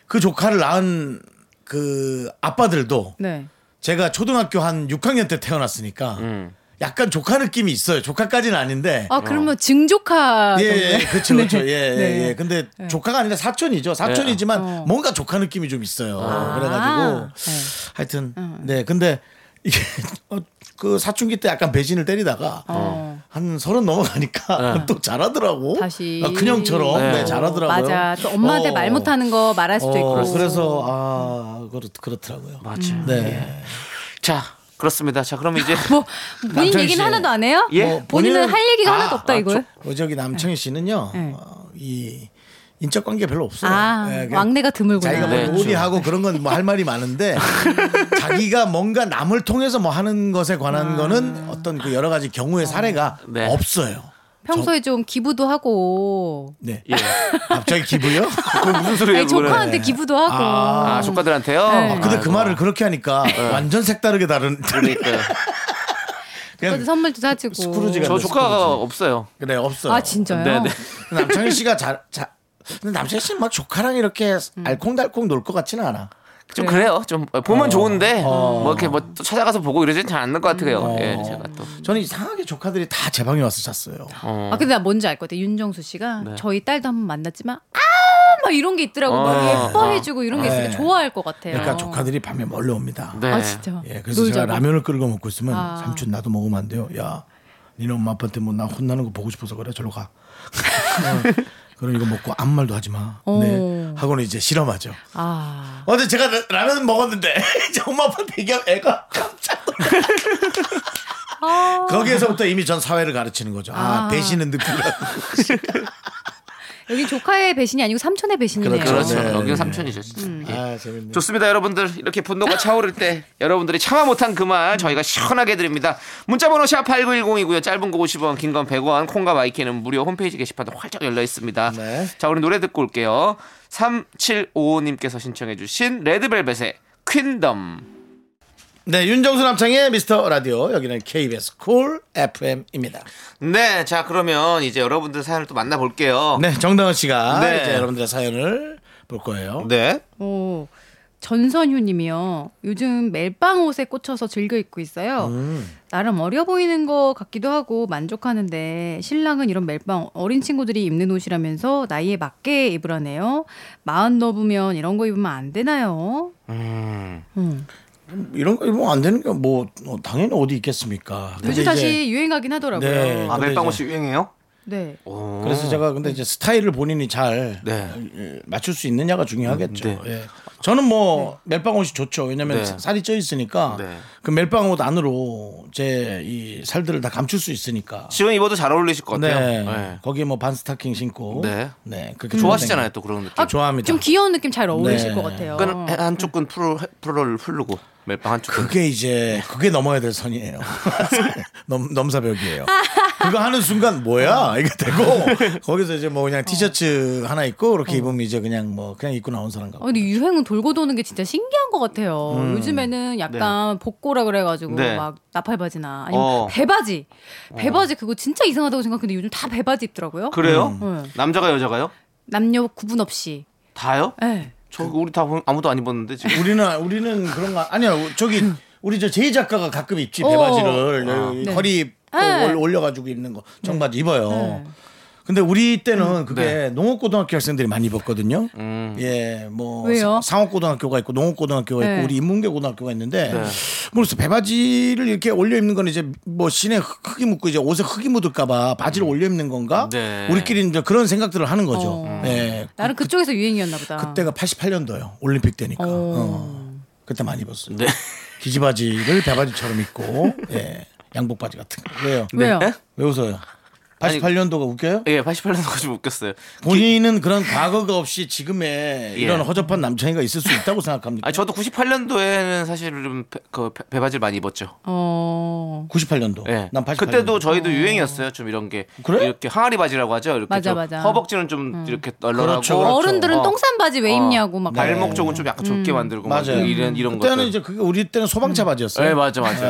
Speaker 1: 그 조카를 낳은 그 아빠들도
Speaker 4: 네.
Speaker 1: 제가 초등학교 한 6학년 때 태어났으니까
Speaker 2: 음.
Speaker 1: 약간 조카 느낌이 있어요. 조카까지는 아닌데.
Speaker 4: 아 그러면 증조카
Speaker 1: 어. 예,
Speaker 4: 정도예요?
Speaker 1: 예, 그렇죠, 그렇죠. 예, 예,
Speaker 4: 아, 네.
Speaker 1: 예. 근데 조카가 아니라
Speaker 2: 네.
Speaker 1: 사촌이죠. 사촌이지만
Speaker 4: 어.
Speaker 1: 뭔가 조카 느낌이 좀 있어요.
Speaker 4: 아.
Speaker 1: 그래가지고
Speaker 4: 네.
Speaker 1: 하여튼 네, 근데 이게 어, 그 사춘기 때 약간 배신을 때리다가
Speaker 4: 어.
Speaker 1: 한 서른 넘어가니까
Speaker 2: 네.
Speaker 1: 또 잘하더라고.
Speaker 4: 다시
Speaker 1: 아, 그냥처럼 네.
Speaker 4: 어,
Speaker 1: 잘하더라고요.
Speaker 4: 맞아. 또 엄마한테
Speaker 1: 어.
Speaker 4: 말 못하는 거 말할 수도
Speaker 1: 어,
Speaker 4: 있고.
Speaker 1: 그래서 아 그렇 그렇더라고요.
Speaker 2: 맞아.
Speaker 4: 음.
Speaker 2: 요
Speaker 1: 네.
Speaker 2: 자, 그렇습니다. 자, 그럼 이제.
Speaker 4: 뭐 본인
Speaker 1: 남편이
Speaker 4: 얘기는
Speaker 1: 씨.
Speaker 4: 하나도 안 해요?
Speaker 2: 예?
Speaker 4: 뭐 본인은
Speaker 1: 본인은-
Speaker 4: 할 얘기가
Speaker 1: 아,
Speaker 4: 하나도 없다
Speaker 2: 아,
Speaker 4: 이거요?
Speaker 1: 어, 저기 남청희 씨는요.
Speaker 4: 네.
Speaker 1: 어, 이 인적 관계 별로 없어요.
Speaker 4: 아,
Speaker 1: 네, 그냥
Speaker 4: 왕래가 드물구나.
Speaker 1: 자기가
Speaker 2: 네.
Speaker 1: 뭐 요리하고 그런 건 뭐 할 말이 많은데 자기가 뭔가 남을 통해서 뭐 하는 것에 관한 거는 어떤 그 여러 가지 경우의 사례가
Speaker 2: 네.
Speaker 1: 없어요.
Speaker 4: 평소에 좀 기부도 하고.
Speaker 1: 네.
Speaker 2: 예.
Speaker 1: 갑자기 기부요?
Speaker 2: 그건 무슨 소리예요,
Speaker 4: 아니,
Speaker 2: 그거는?
Speaker 4: 조카한테 기부도 하고.
Speaker 1: 아,
Speaker 2: 아, 조카들한테요?
Speaker 4: 네.
Speaker 1: 아, 근데 그
Speaker 2: 아이고.
Speaker 1: 말을 그렇게 하니까 완전 색다르게 다른
Speaker 2: 그러니까요.
Speaker 4: 조카한테
Speaker 1: 그냥
Speaker 4: 선물도 사주고.
Speaker 1: 스크루지가
Speaker 2: 저
Speaker 1: 네,
Speaker 2: 조카가
Speaker 1: 스포츠지.
Speaker 2: 없어요.
Speaker 1: 그래 없어요.
Speaker 4: 아 진짜요?
Speaker 2: 네, 네.
Speaker 1: 남창희 씨가 잘 자. 근데 남창희 씨는 막 조카랑 이렇게 알콩달콩 놀 것 같지는 않아.
Speaker 2: 좀 그래요. 좀 보면 좋은데
Speaker 1: 어.
Speaker 2: 뭐 이렇게 뭐또 찾아가서 보고 이러진 잘 않는 것 같아요. 예, 제가 또.
Speaker 1: 저는 이상하게 조카들이 다 제 방에 와서 잤어요.
Speaker 2: 어.
Speaker 4: 아 근데 나 뭔지 알 것 같아. 윤정수 씨가
Speaker 2: 네.
Speaker 4: 저희 딸도 한번 만났지만 아막 이런 게 있더라고.
Speaker 2: 어,
Speaker 4: 막 예뻐해주고 이런 게 있으니까
Speaker 1: 네.
Speaker 4: 좋아할 것 같아요.
Speaker 1: 그러니까 조카들이 밤에 몰려옵니다.
Speaker 2: 네.
Speaker 4: 아 진짜.
Speaker 1: 예, 그래서 제가
Speaker 4: 놀자고.
Speaker 1: 라면을 끓여 먹고 있으면
Speaker 4: 아.
Speaker 1: 삼촌 나도 먹으면 안 돼요. 야, 니네 엄마 아빠한테 뭐 나 혼나는 거 보고 싶어서 그래. 저로 가. 어, 그럼 이거 먹고 아무 말도 하지 마. 네.
Speaker 4: 어.
Speaker 1: 하고는 이제 실험하죠.
Speaker 4: 아.
Speaker 1: 어제 제가 라- 라면 먹었는데 이제 엄마 아빠한테 얘기하면 애가 깜짝 놀라. 거기에서부터 이미 전 사회를 가르치는 거죠. 아, 배신은 느끼고
Speaker 4: 여기 조카의 배신이 아니고 삼촌의 배신이네요.
Speaker 1: 그렇죠.
Speaker 2: 그렇죠.
Speaker 1: 네,
Speaker 2: 여기가
Speaker 1: 네.
Speaker 2: 삼촌이죠. 진짜.
Speaker 4: 음.
Speaker 2: 예.
Speaker 1: 아 재밌네.
Speaker 2: 좋습니다, 여러분들. 이렇게 분노가 차오를 때 여러분들이 참아 못한 그 말 저희가 시원하게 드립니다. 문자번호 샵 8910이고요. 짧은 거 50원, 긴 건 100원. 콩과 마이키는 무료 홈페이지 게시판도 활짝 열려 있습니다.
Speaker 1: 네.
Speaker 2: 자, 우리 노래 듣고 올게요. 3755님께서 신청해주신 레드벨벳의 퀸덤.
Speaker 1: 네, 윤정수 남창의 미스터 라디오 여기는 KBS 쿨 FM입니다.
Speaker 2: 네, 자 그러면 이제 여러분들 사연을 또 만나볼게요.
Speaker 1: 네, 정다은 씨가
Speaker 2: 네.
Speaker 1: 이제 여러분들의 사연을 볼 거예요.
Speaker 2: 네.
Speaker 4: 오, 전선유님이요. 요즘 멜빵 옷에 꽂혀서 즐겨 입고 있어요.
Speaker 1: 음.
Speaker 4: 나름 어려 보이는 것 같기도 하고 만족하는데 신랑은 이런 멜빵 어린 친구들이 입는 옷이라면서 나이에 맞게 입으라네요. 마흔 넘으면 이런 거 입으면 안 되나요? 음.
Speaker 1: 이런 거 입으면 안 되는 게 뭐 당연히 어디 있겠습니까? 근데
Speaker 4: 요즘
Speaker 1: 이제
Speaker 4: 다시 유행하긴 하더라고요.
Speaker 1: 네. 어,
Speaker 4: 네.
Speaker 2: 아
Speaker 1: 근데
Speaker 2: 멜빵
Speaker 1: 이제-
Speaker 2: 옷이 유행해요? 오.
Speaker 1: 그래서 제가 근데 이제 스타일을 본인이 잘
Speaker 2: 네.
Speaker 1: 에, 맞출 수 있느냐가 중요하겠죠.
Speaker 2: 네.
Speaker 1: 예. 저는 뭐
Speaker 4: 네.
Speaker 1: 멜빵 옷이 좋죠. 왜냐면
Speaker 2: 네.
Speaker 1: 살이 쪄 있으니까
Speaker 2: 네.
Speaker 1: 그 멜빵 옷 안으로 제 이 살들을 다 감출 수 있으니까.
Speaker 2: 지금 입어도 잘 어울리실 것 같아요.
Speaker 1: 네.
Speaker 2: 네.
Speaker 1: 거기에 뭐 반스타킹 신고.
Speaker 2: 네.
Speaker 1: 네.
Speaker 4: 음.
Speaker 1: 그렇게
Speaker 2: 좋아하시잖아요, 또 그런 느낌.
Speaker 4: 아,
Speaker 1: 좋아합니다.
Speaker 4: 좀 귀여운 느낌 잘 어울리실
Speaker 1: 네.
Speaker 4: 것 같아요.
Speaker 2: 끈- 한쪽 끈 프로 프로를 흐르고 멜빵 한쪽. 끈.
Speaker 1: 그게 이제 그게 넘어야 될 선이에요. 넘, 넘사벽이에요. 그거 하는 순간 뭐야 이게 되고 거기서 이제 뭐 그냥 티셔츠 하나 입고 이렇게 입으면 이제 그냥 뭐 그냥 입고 나온 사람
Speaker 4: 아,
Speaker 1: 같고.
Speaker 4: 근데 유행은 돌고 도는 게 진짜 신기한 것 같아요. 요즘에는 약간 복고라 그래가지고
Speaker 2: 음. 네.
Speaker 4: 막 나팔바지나 아니면
Speaker 2: 어.
Speaker 4: 배바지, 배바지 그거 진짜 이상하다고 생각했는데 요즘 다 배바지 입더라고요.
Speaker 2: 그래요?
Speaker 4: 음.
Speaker 2: 남자가 여자가요?
Speaker 4: 남녀 구분 없이.
Speaker 2: 다요?
Speaker 4: 예.
Speaker 2: 저
Speaker 1: 그-
Speaker 2: 우리 다 보- 아무도 안 입었는데 지금.
Speaker 1: 우리는 우리는 그런 거 아니야. 저기 우리 저 제이 작가가 가끔 입지 배바지를 여기
Speaker 4: 어. 네.
Speaker 1: 허리
Speaker 4: 네.
Speaker 1: 올- 올려가지고 입는 거 청바지 입어요. 근데 우리
Speaker 4: 음.
Speaker 1: 때는 그게
Speaker 2: 네. 음.
Speaker 1: 농업고등학교 학생들이 많이 입었거든요. 예, 뭐
Speaker 4: 왜요?
Speaker 1: 사- 상업고등학교가 있고 농업고등학교가
Speaker 4: 네.
Speaker 1: 있고 우리 인문계고등학교가 있는데
Speaker 2: 네.
Speaker 1: 모르겠어 배바지를 이렇게 올려 입는 건 이제 뭐 신에 흙- 흙이 묻고 이제 옷에 흙이 묻을까봐 바지를 올려 입는 건가?
Speaker 2: 음. 네.
Speaker 1: 우리끼리 이제 그런 생각들을 하는 거죠.
Speaker 4: 어.
Speaker 1: 예,
Speaker 4: 나는 그쪽에서 유행이었나 보다.
Speaker 1: 그때가 88년도요. 올림픽 때니까. 어. 그때 많이 입었어요.
Speaker 2: 네.
Speaker 1: 기지바지를 배바지처럼 입고, 예. 양복바지 같은 거. 왜요?
Speaker 4: 왜요?
Speaker 2: 네?
Speaker 1: 왜 웃어요? 88년도가 웃겨요?
Speaker 2: 예, 88년 가좀 웃겼어요.
Speaker 1: 본인은 그런 과거가 없이 지금의 이런
Speaker 2: 예.
Speaker 1: 허접한 남창이가 있을 수 있다고 생각합니까?
Speaker 2: 아 저도 98년도에는 사실은 배, 그 배- 배바지를 많이 입었죠.
Speaker 4: 어.
Speaker 1: 98년도.
Speaker 2: 예.
Speaker 1: 난 88년도.
Speaker 2: 그때도 저희도 유행이었어요. 좀 이런 게
Speaker 1: 그래?
Speaker 2: 이렇게 항아리 바지라고 하죠. 이렇게
Speaker 4: 맞아,
Speaker 2: 좀
Speaker 4: 맞아. 음.
Speaker 2: 허벅지는 좀 이렇게 널널하고
Speaker 1: 그렇죠, 그렇죠.
Speaker 4: 어른들은 똥싼 음. 바지 왜 입냐고 막.
Speaker 2: 발목 쪽은 좀 약간 좁게 만들고 막
Speaker 1: 맞아요.
Speaker 2: 이런 이런
Speaker 1: 그때는
Speaker 2: 것들.
Speaker 1: 이제 그게 우리 때는 소방차 바지였어요.
Speaker 2: 네, 맞아, 맞아.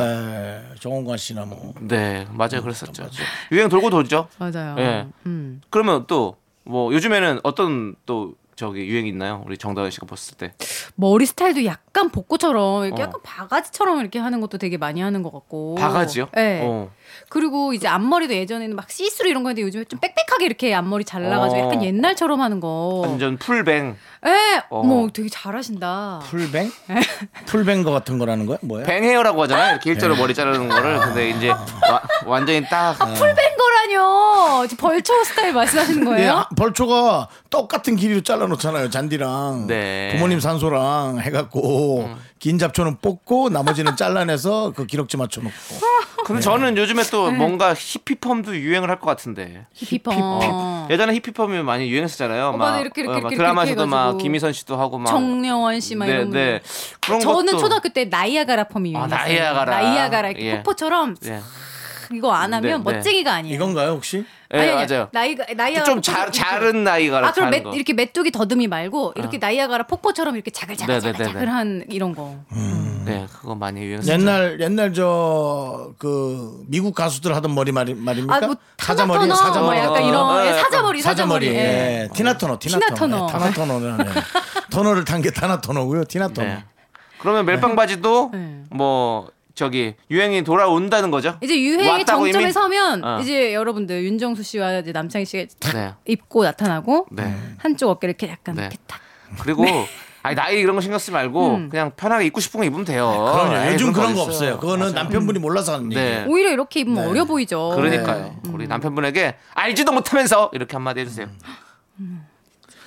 Speaker 1: 예, 정원관 씨나 뭐.
Speaker 2: 네, 맞아요. 그랬었죠. 유행 돌고 돌죠.
Speaker 4: 맞아요.
Speaker 2: 예.
Speaker 4: 음.
Speaker 2: 그러면 또 뭐 요즘에는 어떤 또 저기 유행 이 있나요? 우리 정다은 씨가 봤을 때.
Speaker 4: 머리 스타일도 약간 복고처럼 이렇게
Speaker 2: 어.
Speaker 4: 약간 바가지처럼 이렇게 하는 것도 되게 많이 하는 것 같고.
Speaker 2: 바가지요?
Speaker 4: 네.
Speaker 2: 어.
Speaker 4: 그리고 이제 앞머리도 예전에는 막 시스루 이런 거였는데 요즘에 좀 빽빽하게 이렇게 앞머리 잘라가지고
Speaker 2: 어.
Speaker 4: 약간 옛날처럼 하는 거.
Speaker 2: 완전 풀뱅.
Speaker 4: 예,
Speaker 2: 어.
Speaker 4: 뭐 되게 잘하신다.
Speaker 1: 풀뱅? 풀뱅거 같은 거라는 거야? 뭐야?
Speaker 2: 뱅헤어라고 하잖아요. 이렇게 일자로 머리 자르는 거를. 근데 이제 와- 완전히 딱
Speaker 4: 풀뱅 거라뇨. 지금 벌초 스타일
Speaker 2: 네,
Speaker 4: 말씀하시는
Speaker 1: 예,
Speaker 4: 거예요?
Speaker 1: 아, 벌초가 똑같은 길이로 잘라놓잖아요. 잔디랑
Speaker 2: 네. 음.
Speaker 1: 부모님 산소랑 해갖고 긴 잡초는 뽑고 나머지는 잘라내서 그 기럭지 맞춰놓고
Speaker 2: 근데 저는 요즘에 또
Speaker 4: 네.
Speaker 2: 뭔가 히피펌도 유행을 할 것 같은데. 어,
Speaker 4: 히피펌.
Speaker 2: 예전에 히피펌이 많이 유행했었잖아요.
Speaker 4: 어. 맞아.
Speaker 2: 막,
Speaker 4: 이렇게,
Speaker 2: 어,
Speaker 4: 이렇게,
Speaker 2: 막
Speaker 4: 이렇게,
Speaker 2: 드라마에서도
Speaker 4: 이렇게
Speaker 2: 막
Speaker 4: 해가지고.
Speaker 2: 김희선 씨도 하고 막
Speaker 4: 정려원 씨 막 이런
Speaker 2: 네.
Speaker 4: 분들.
Speaker 2: 그런
Speaker 4: 저는
Speaker 2: 것도-
Speaker 4: 초등학교 때 나이아가라 펌이
Speaker 2: 아,
Speaker 4: 유행했어요.
Speaker 2: 나이아가라.
Speaker 4: 나이아가라 이렇게
Speaker 2: 예.
Speaker 4: 폭포처럼
Speaker 2: 네.
Speaker 4: 이거 안 하면
Speaker 2: 네, 네.
Speaker 4: 멋쟁이가 아니에요.
Speaker 1: 이건가요 혹시?
Speaker 2: 예,
Speaker 4: 아니, 아니,
Speaker 2: 맞아요.
Speaker 4: 나이가 나이아가라
Speaker 2: 좀
Speaker 4: 폭포처럼
Speaker 2: 자,
Speaker 4: 이렇게-
Speaker 2: 자른 나이가라
Speaker 4: 아 그럼
Speaker 2: 자른
Speaker 4: 매,
Speaker 2: 거. 어.
Speaker 4: 이렇게 메뚜기 더듬이 말고 이렇게 나이아가라 폭포처럼 이렇게
Speaker 2: 네네네네.
Speaker 4: 자글자글자글한 이런 거.
Speaker 2: 네, 그거 많이 유행했어요.
Speaker 1: 옛날 옛날 저 그 미국 가수들 하던 머리 말이, 말입니까?
Speaker 4: 아뭐
Speaker 1: 사자머리
Speaker 4: 타나터너 뭐
Speaker 1: 사자머리
Speaker 4: 약간
Speaker 2: 어,
Speaker 4: 이런
Speaker 2: 어,
Speaker 4: 예,
Speaker 2: 어,
Speaker 4: 사자머리 사자머리.
Speaker 1: 예.
Speaker 4: 예.
Speaker 1: 티나터너
Speaker 4: 티나 터너.
Speaker 1: 티나터너 타나터너는 예. 터너를 탄 게 타나터너고요 티나터너
Speaker 2: 네. 그러면 멜빵 바지도
Speaker 4: 네.
Speaker 2: 뭐 저기 유행이 돌아온다는 거죠?
Speaker 4: 이제 유행의
Speaker 2: 왔다고
Speaker 4: 정점에
Speaker 2: 이미?
Speaker 4: 서면
Speaker 2: 어.
Speaker 4: 이제 여러분들 윤정수 씨와 이제 남창희 씨가 탁
Speaker 2: 네.
Speaker 4: 입고 나타나고
Speaker 2: 네.
Speaker 1: 음.
Speaker 4: 한쪽 어깨를 이렇게 약간
Speaker 2: 네.
Speaker 4: 이렇게 탁.
Speaker 2: 그리고
Speaker 4: 네.
Speaker 2: 아니 나이 이런 거 신경 쓰지 말고
Speaker 4: 음.
Speaker 2: 그냥 편하게 입고 싶은 거 입으면 돼요.
Speaker 1: 아, 그럼요
Speaker 2: 에이,
Speaker 1: 요즘 예, 그런
Speaker 2: 어디
Speaker 1: 거
Speaker 2: 있어요.
Speaker 1: 없어요 그거는 남편분이 몰라서 하는
Speaker 2: 네.
Speaker 1: 얘기예요
Speaker 4: 오히려 네. 음. 이렇게 입으면 어려 보이죠.
Speaker 2: 그러니까요. 우리 남편분에게 알지도 못하면서 이렇게 한마디 해주세요.
Speaker 1: 음.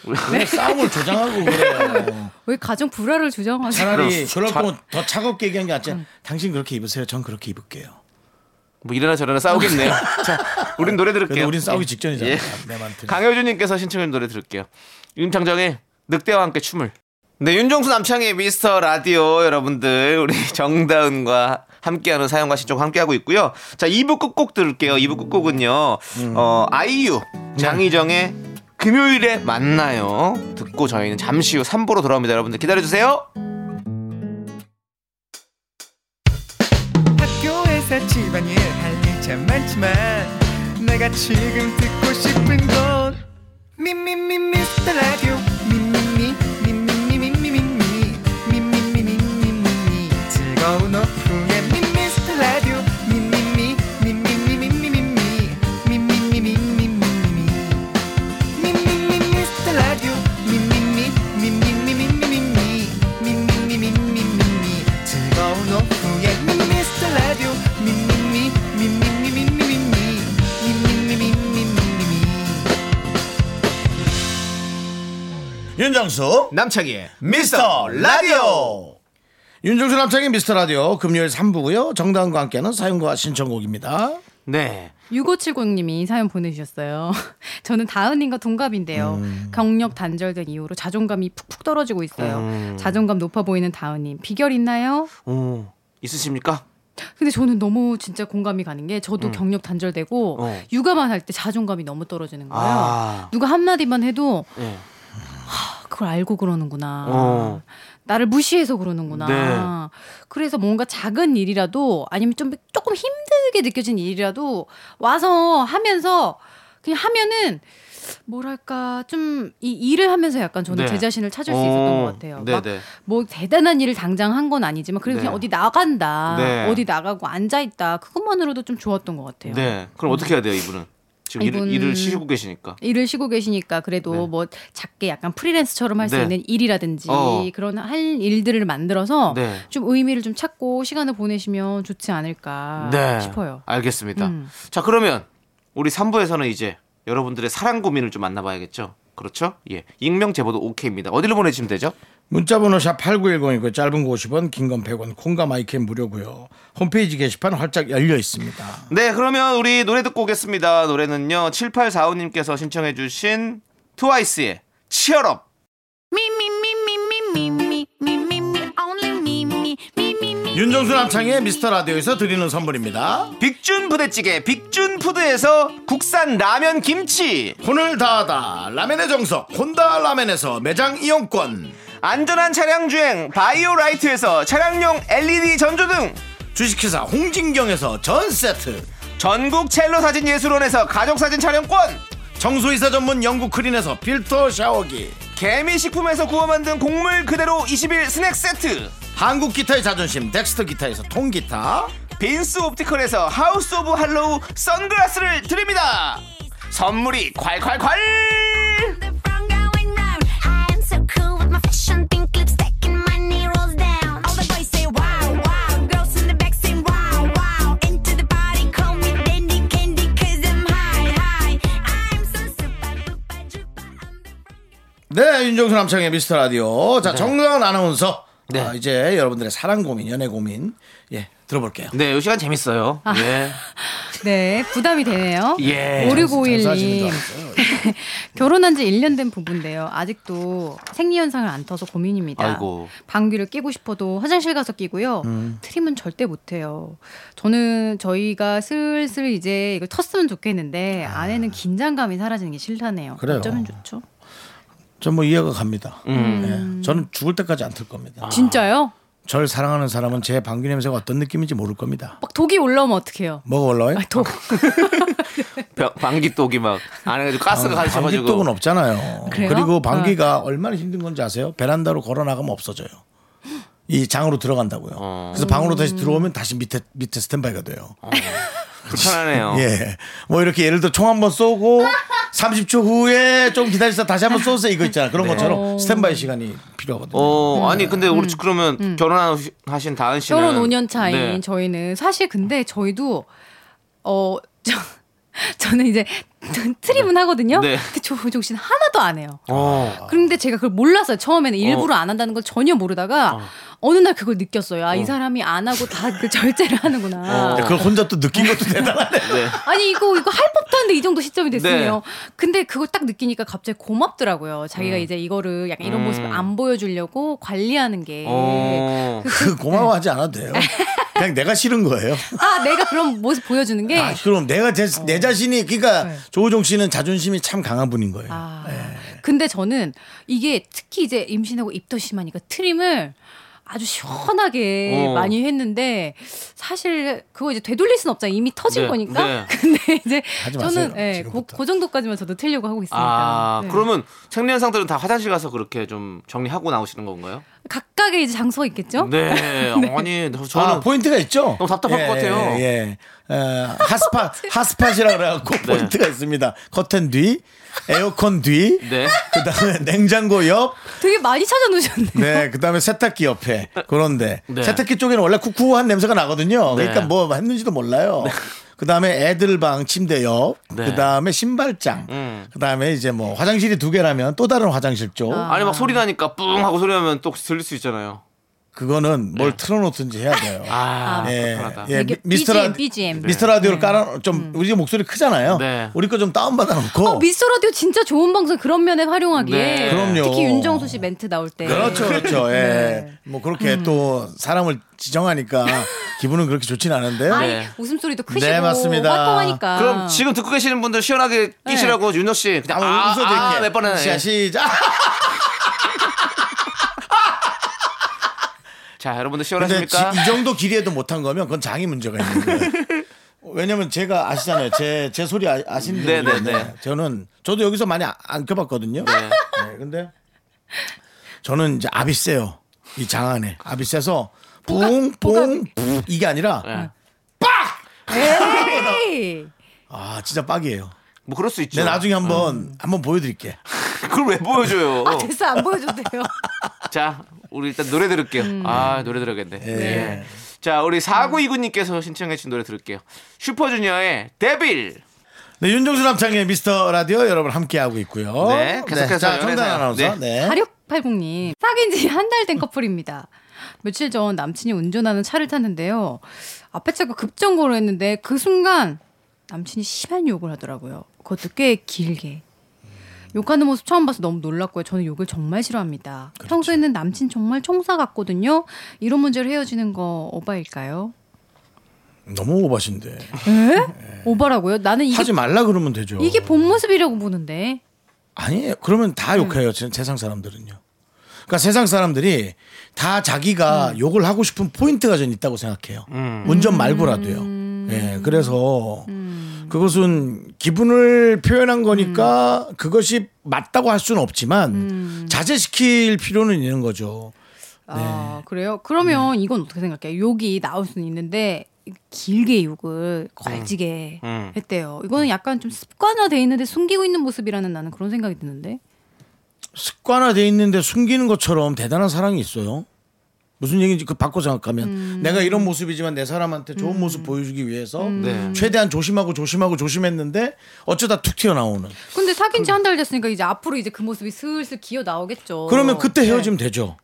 Speaker 2: 우리-
Speaker 1: 싸움을 조장하고 그래요
Speaker 4: 왜 가정 불화를 주장하세요?
Speaker 1: 차라리
Speaker 2: 그럼.
Speaker 1: 그럴
Speaker 2: 자-
Speaker 1: 거면 더 차갑게 얘기한 게 낫지. 당신 그렇게 입으세요. 전 그렇게 입을게요.
Speaker 2: 뭐 이래나 저래나 싸우겠네요. 자, 우린 노래
Speaker 1: 음. 그래도
Speaker 2: 들을게요.
Speaker 1: 우린 싸우기
Speaker 2: 예.
Speaker 1: 직전이잖아.
Speaker 2: 예.
Speaker 1: 요 내한테
Speaker 2: 강효주님께서 신청해 노래 들을게요. 임창정의 늑대와 함께 춤을. 네, 윤종수 남창의 미스터 라디오 여러분들 우리 정다은과 함께하는 사연과 신청 함께하고 있고요. 자, 2부 끝곡 들을게요. 2부 끝곡은요. 어, 아이유 장희정의 금요일에 만나요. 듣고 저희는 잠시 후 3부로 돌아옵니다. 여러분들 기다려 주세요.
Speaker 5: 학교에서 집안일 할 일 참 많지만 내가 지금 듣고 싶은 건 미미미 미스터 라디오 미미미 미미미 미미미 미미미 미미미 즐거운 오후에 미스터 라디오 미미미 미미미 미미미 미미미 미미미
Speaker 1: 윤정수
Speaker 2: 남창희의
Speaker 1: 미스터 라디오 윤정수 남창의 미스터 라디오 금요일 3부고요 정다은과 함께하는 사연과 신청곡입니다
Speaker 2: 네.
Speaker 4: 6570님이 사연 보내주셨어요. 저는 다은님과 동갑인데요.
Speaker 1: 음.
Speaker 4: 경력 단절된 이후로 자존감이 푹푹 떨어지고 있어요.
Speaker 2: 음.
Speaker 4: 자존감 높아 보이는 다은님 비결 있나요?
Speaker 2: 오, 있으십니까?
Speaker 4: 근데 저는 너무 진짜 공감이 가는 게
Speaker 2: 음.
Speaker 4: 저도 경력 단절되고
Speaker 2: 어.
Speaker 4: 육아만 할 때 자존감이 너무 떨어지는 거예요.
Speaker 2: 아.
Speaker 4: 누가 한마디만 해도
Speaker 2: 예.
Speaker 4: 아, 그걸 알고 그러는구나.
Speaker 2: 어.
Speaker 4: 나를 무시해서 그러는구나.
Speaker 2: 네.
Speaker 4: 그래서 뭔가 작은 일이라도 아니면 좀 조금 힘들게 느껴진 일이라도 와서 하면서 그냥 하면은 뭐랄까 좀 이 일을 하면서 약간 저는
Speaker 2: 네.
Speaker 4: 제 자신을 찾을 수 있었던
Speaker 2: 어,
Speaker 4: 것 같아요.
Speaker 2: 네,
Speaker 4: 막
Speaker 2: 네.
Speaker 4: 뭐 대단한 일을 당장 한 건 아니지만 그래도
Speaker 2: 네.
Speaker 4: 그냥 어디 나간다,
Speaker 2: 네.
Speaker 4: 어디 나가고 앉아 있다 그것만으로도 좀 좋았던 것 같아요.
Speaker 2: 네. 그럼 어떻게 해야 돼요, 이분은? 지금
Speaker 4: 이분-
Speaker 2: 일, 일을 쉬고 계시니까.
Speaker 4: 일을 쉬고 계시니까 그래도
Speaker 2: 네.
Speaker 4: 뭐 작게 약간 프리랜서처럼 할 수
Speaker 2: 네.
Speaker 4: 있는 일이라든지
Speaker 2: 어.
Speaker 4: 그런 할 일들을 만들어서
Speaker 2: 네.
Speaker 4: 좀 의미를 좀 찾고 시간을 보내시면 좋지 않을까
Speaker 2: 네.
Speaker 4: 아, 싶어요.
Speaker 2: 알겠습니다.
Speaker 4: 음.
Speaker 2: 자, 그러면 우리 3부에서는 이제 여러분들의 사랑 고민을 좀 만나봐야겠죠. 그렇죠? 예. 익명 제보도 오케이입니다. 어디로 보내주시면 되죠?
Speaker 1: 문자번호 샵 8910이고 짧은 거 50원 긴 건 100원 콩과 마이크는 무료고요 홈페이지 게시판 활짝 열려 있습니다
Speaker 2: 네, 그러면 우리 노래 듣고 오겠습니다. 노래는요. 7845님께서 신청해주신 트와이스의 치얼업.
Speaker 1: 윤정수 남창의 미스터 라디오에서 드리는 선물입니다
Speaker 2: 빅준 부대찌개 빅준 푸드에서 국산 라면 김치.
Speaker 1: 혼을 다하다 라멘의 정석 혼다 라멘에서 매장 이용권
Speaker 2: 안전한 차량 주행 바이오라이트에서 차량용 LED 전조등.
Speaker 1: 주식회사 홍진경에서 전세트
Speaker 2: 전국 첼로 사진 예술원에서 가족 사진 촬영권.
Speaker 1: 청소이사 전문 영국 크린에서 필터 샤워기
Speaker 2: 개미식품에서 구워 만든 곡물 그대로 20일 스낵 세트
Speaker 1: 한국 기타의 자존심 덱스터 기타에서 통기타
Speaker 2: 빈스 옵티컬에서 하우스 오브 할로우 선글라스를 드립니다 선물이 콸콸콸
Speaker 1: 네, 윤정수 남창의 미스터 라디오. 자, 정다운 아나운서.
Speaker 2: 네.
Speaker 1: 아, 이제 여러분들의 사랑 고민, 연애 고민. 예, 들어볼게요.
Speaker 2: 네이 시간 재밌어요
Speaker 4: 아.
Speaker 2: 예.
Speaker 4: 네, 부담이 되네요.
Speaker 2: 예.
Speaker 1: 장사하시는 줄
Speaker 4: 5651님.
Speaker 1: 알았어요.
Speaker 4: 결혼한 지 1년 된 부부인데요. 아직도 생리 현상을 안 터서 고민입니다.
Speaker 2: 아이고. 음.
Speaker 4: 방귀를 끼고 싶어도 화장실 가서 끼고요. 트림은 절대 못 해요. 저는 저희가 슬슬 이제 이걸 텄으면 좋겠는데 아내는 긴장감이 사라지는 게 싫다네요.
Speaker 1: 그래요.
Speaker 4: 어쩌면 좋죠?
Speaker 1: 전뭐 이해가 갑니다.
Speaker 2: 음. 아.
Speaker 1: 예, 저는 죽을 때까지 안 틀 겁니다.
Speaker 4: 진짜요?
Speaker 1: 절 사랑하는 사람은 제 방귀 냄새가 어떤 느낌인지 모를 겁니다.
Speaker 4: 막 독이 올라오면 어떡해요?
Speaker 1: 뭐가 올라와요?
Speaker 4: 독.
Speaker 2: 바- 방귀독이 막 안에가지고 가스가
Speaker 4: 아,
Speaker 2: 가셔가지고
Speaker 1: 방귀독은 없잖아요.
Speaker 4: 그래요? 어.
Speaker 1: 리고 방귀가 얼마나 힘든 건지 아세요? 베란다로 걸어 나가면 없어져요. 이 장으로 들어간다고요. 그래서 방으로 다시 들어오면 다시 밑에 밑에 스탠바이가 돼요.
Speaker 2: 어. 불편하네요
Speaker 1: 예. 뭐 이렇게 예를 들어 총 한 번 쏘고 30초 후에 좀 기다리다 다시 한 번 쏘세요 이거 있잖아. 그런
Speaker 4: 어.
Speaker 1: 것처럼 스탠바이 시간이 필요하거든요.
Speaker 2: 네. 어 아니 근데 우리 그러면 결혼하신 다은 씨는
Speaker 4: 음. 결혼 5년 차인
Speaker 2: 네.
Speaker 4: 저희는 사실 근데 저희도 어 저, 저는 이제 트림은 하거든요.
Speaker 2: 네.
Speaker 4: 근데 조우종 씨는 하나도 안 해요.
Speaker 2: 어.
Speaker 4: 그런데 제가 그걸 몰랐어요. 처음에는 일부러 안 한다는 걸 전혀 모르다가 어느 날 그걸 느꼈어요. 아, 이 사람이 안 하고 다 그 절제를 하는구나.
Speaker 2: 어.
Speaker 1: 그걸 혼자 또 느낀 것도 대단하네.
Speaker 2: 네.
Speaker 4: 아니 이거 이거 할 법도 한데 이 정도 시점이 됐으네요. 근데 그걸 딱 느끼니까 갑자기 고맙더라고요. 자기가 이제 이거를 약간 이런
Speaker 2: 음.
Speaker 4: 모습을 안 보여주려고 관리하는 게.
Speaker 2: 어.
Speaker 1: 그 고마워하지 않아도 돼요. 그냥 내가 싫은 거예요.
Speaker 4: 아 내가 그런 모습 보여주는 게.
Speaker 1: 아, 그럼 내가 제, 내 자신이 그러니까
Speaker 4: 네.
Speaker 1: 조우종 씨는 자존심이 참 강한 분인 거예요.
Speaker 4: 아. 근데 저는 이게 특히 이제 임신하고 입덧이 심하니까 트림을 아주 시원하게
Speaker 2: 어.
Speaker 4: 많이 했는데 사실 그거 이제 되돌릴 순 없잖아요. 이미 터진
Speaker 2: 네,
Speaker 4: 거니까.
Speaker 2: 네.
Speaker 4: 근데 이제
Speaker 1: 하지 마세요,
Speaker 4: 저는 예, 그,
Speaker 1: 지금부터.
Speaker 4: 그 정도까지만 저도 틀려고 하고 있습니다.
Speaker 2: 아,
Speaker 4: 네.
Speaker 2: 그러면 생리현상들은 다 화장실 가서 그렇게 좀 정리하고 나오시는 건가요?
Speaker 4: 각각의 이제 장소가 있겠죠?
Speaker 2: 네. 아니, 저는
Speaker 1: 아, 포인트가 있죠.
Speaker 2: 너무 답답할
Speaker 1: 예,
Speaker 2: 것 같아요.
Speaker 1: 예, 예. 어, 핫스팟 핫스팟이라 그래갖고
Speaker 2: 네.
Speaker 1: 포인트가 있습니다. 커튼 뒤, 에어컨 뒤,
Speaker 2: 네.
Speaker 1: 그다음에 냉장고 옆,
Speaker 4: 되게 많이 찾아 놓으셨네요.
Speaker 1: 네, 그다음에 세탁기 옆에 그런데
Speaker 2: 네.
Speaker 1: 세탁기 쪽에는 원래 쿠쿠한 냄새가 나거든요.
Speaker 2: 네.
Speaker 1: 그러니까 뭐 했는지도 몰라요. 그다음에 애들 방 침대 옆,
Speaker 2: 네.
Speaker 1: 그다음에 신발장,
Speaker 2: 음.
Speaker 1: 그다음에 이제 뭐 화장실이 두 개라면 또 다른 화장실 쪽.
Speaker 2: 아니 막 소리 나니까 뿡 하고 소리 나면 또 들릴 수 있잖아요.
Speaker 1: 그거는 뭘 틀어놓든지 해야 돼요.
Speaker 2: 네. 아,
Speaker 1: 예,
Speaker 2: 불편하다.
Speaker 1: 예,
Speaker 4: 이게
Speaker 1: 미스터
Speaker 4: BGM,
Speaker 1: 라디오, 네.
Speaker 4: BGM.
Speaker 1: 미스터 라디오를
Speaker 4: 네.
Speaker 1: 깔아 좀 우리 목소리 크잖아요.
Speaker 2: 네.
Speaker 1: 우리 거 좀 다운 받아 놓고.
Speaker 4: 음. 어, 미스터 라디오 진짜 좋은 방송 그런 면에 활용하기에
Speaker 2: 네.
Speaker 1: 그럼요.
Speaker 4: 특히 윤정수 씨 멘트 나올 때
Speaker 1: 그렇죠, 그렇죠. 예.
Speaker 4: 네.
Speaker 1: 뭐 그렇게
Speaker 4: 음.
Speaker 1: 또 사람을 지정하니까 기분은 그렇게 좋진 않은데.
Speaker 4: 아이,
Speaker 2: 네.
Speaker 4: 웃음소리도 크시고
Speaker 1: 네, 맞습니다.
Speaker 4: 활동하니까
Speaker 2: 그럼 지금 듣고 계시는 분들 시원하게 끼시라고 윤호 씨 그냥
Speaker 1: 한번
Speaker 2: 아,
Speaker 1: 웃어드릴게요.
Speaker 2: 아, 몇 번은
Speaker 1: 자,
Speaker 2: 예.
Speaker 1: 시작.
Speaker 2: 자,
Speaker 1: 근데
Speaker 2: 여러분들
Speaker 1: 지-
Speaker 2: 시원하십니까?
Speaker 1: 이 정도 길이에도 못한 거면 그건 장이 문제가 있는 거예요. 왜냐면 제가 아시잖아요. 제, 제 소리 아, 아시는
Speaker 2: 네, 네,
Speaker 1: 분이
Speaker 2: 네.
Speaker 1: 저는 저도 여기서 많이 아- 안 껴봤거든요. 네. 근데 저는 이제 압이 세요. 이 장 안에 압이 세서 뿡뿡 이게 아니라
Speaker 2: 예.
Speaker 4: 에이!
Speaker 1: 아 진짜 빡이에요.
Speaker 2: 뭐 그럴 수 있죠.
Speaker 1: 내 네, 나중에 한번
Speaker 2: 음.
Speaker 1: 한번 보여드릴게.
Speaker 2: 그걸 왜 보여줘요?
Speaker 4: 아, 됐어 안 보여줬대요
Speaker 2: 자, 우리 일단 노래 들을게요. 아, 노래 들어야겠네. 예. 자, 우리 4929님께서 신청해주신 노래 들을게요. 슈퍼주니어의 데빌.
Speaker 1: 네 윤종수 남창의 미스터 라디오 여러분 함께 하고 있고요.
Speaker 2: 네, 계속해서
Speaker 1: 자,
Speaker 2: 연애사연.
Speaker 1: 정단 아나운서.
Speaker 2: 네.
Speaker 1: 네.
Speaker 4: 4680님 사귄 지 한 달 된 커플입니다 며칠 전 남친이 운전하는 차를 탔는데요 앞에 차가 급정거로 했는데 그 순간 남친이 심한 욕을 하더라고요 그것도 꽤 길게 욕하는 모습 처음 봐서 너무 놀랐고요. 저는 욕을 정말 싫어합니다.
Speaker 1: 그렇죠.
Speaker 4: 평소에는 남친 정말 총사 같거든요. 이런 문제로 헤어지는 거 오바일까요?
Speaker 1: 너무 오바신데
Speaker 4: 오바라고요? 나는 이게
Speaker 1: 네. 하지 말라 그러면 되죠.
Speaker 4: 이게 본 모습이라고 보는데.
Speaker 1: 아니에요. 그러면 다 욕해요. 세- 세상 사람들은요. 그러니까 세상 사람들이 다 자기가 욕을 하고 싶은 포인트가 전 있다고 생각해요. 운전 말고라도요. 예, 그래서 그것은 기분을 표현한 거니까 그것이 맞다고 할 수는 없지만 자제시킬 필요는 있는 거죠.
Speaker 4: 아
Speaker 1: 네.
Speaker 4: 그래요? 그러면 이건 어떻게 생각해요? 욕이 나올 수는 있는데 길게 욕을 걸지게
Speaker 2: 음.
Speaker 4: 했대요. 이거는 약간 좀 습관화돼 있는데 숨기고 있는 모습이라는 나는 그런 생각이 드는데.
Speaker 1: 습관화돼 있는데 숨기는 것처럼 대단한 사랑이 있어요. 무슨 얘기인지 그 바꿔 생각하면 내가 이런 모습이지만 내 사람한테 좋은 모습 보여주기 위해서
Speaker 2: 네.
Speaker 1: 최대한 조심하고 조심하고 조심했는데 어쩌다 툭 튀어나오는.
Speaker 4: 근데 사귄 지 한 달 됐으니까 이제 앞으로 이제 그 모습이 슬슬 기어 나오겠죠.
Speaker 1: 그러면 그때 헤어지면 되죠.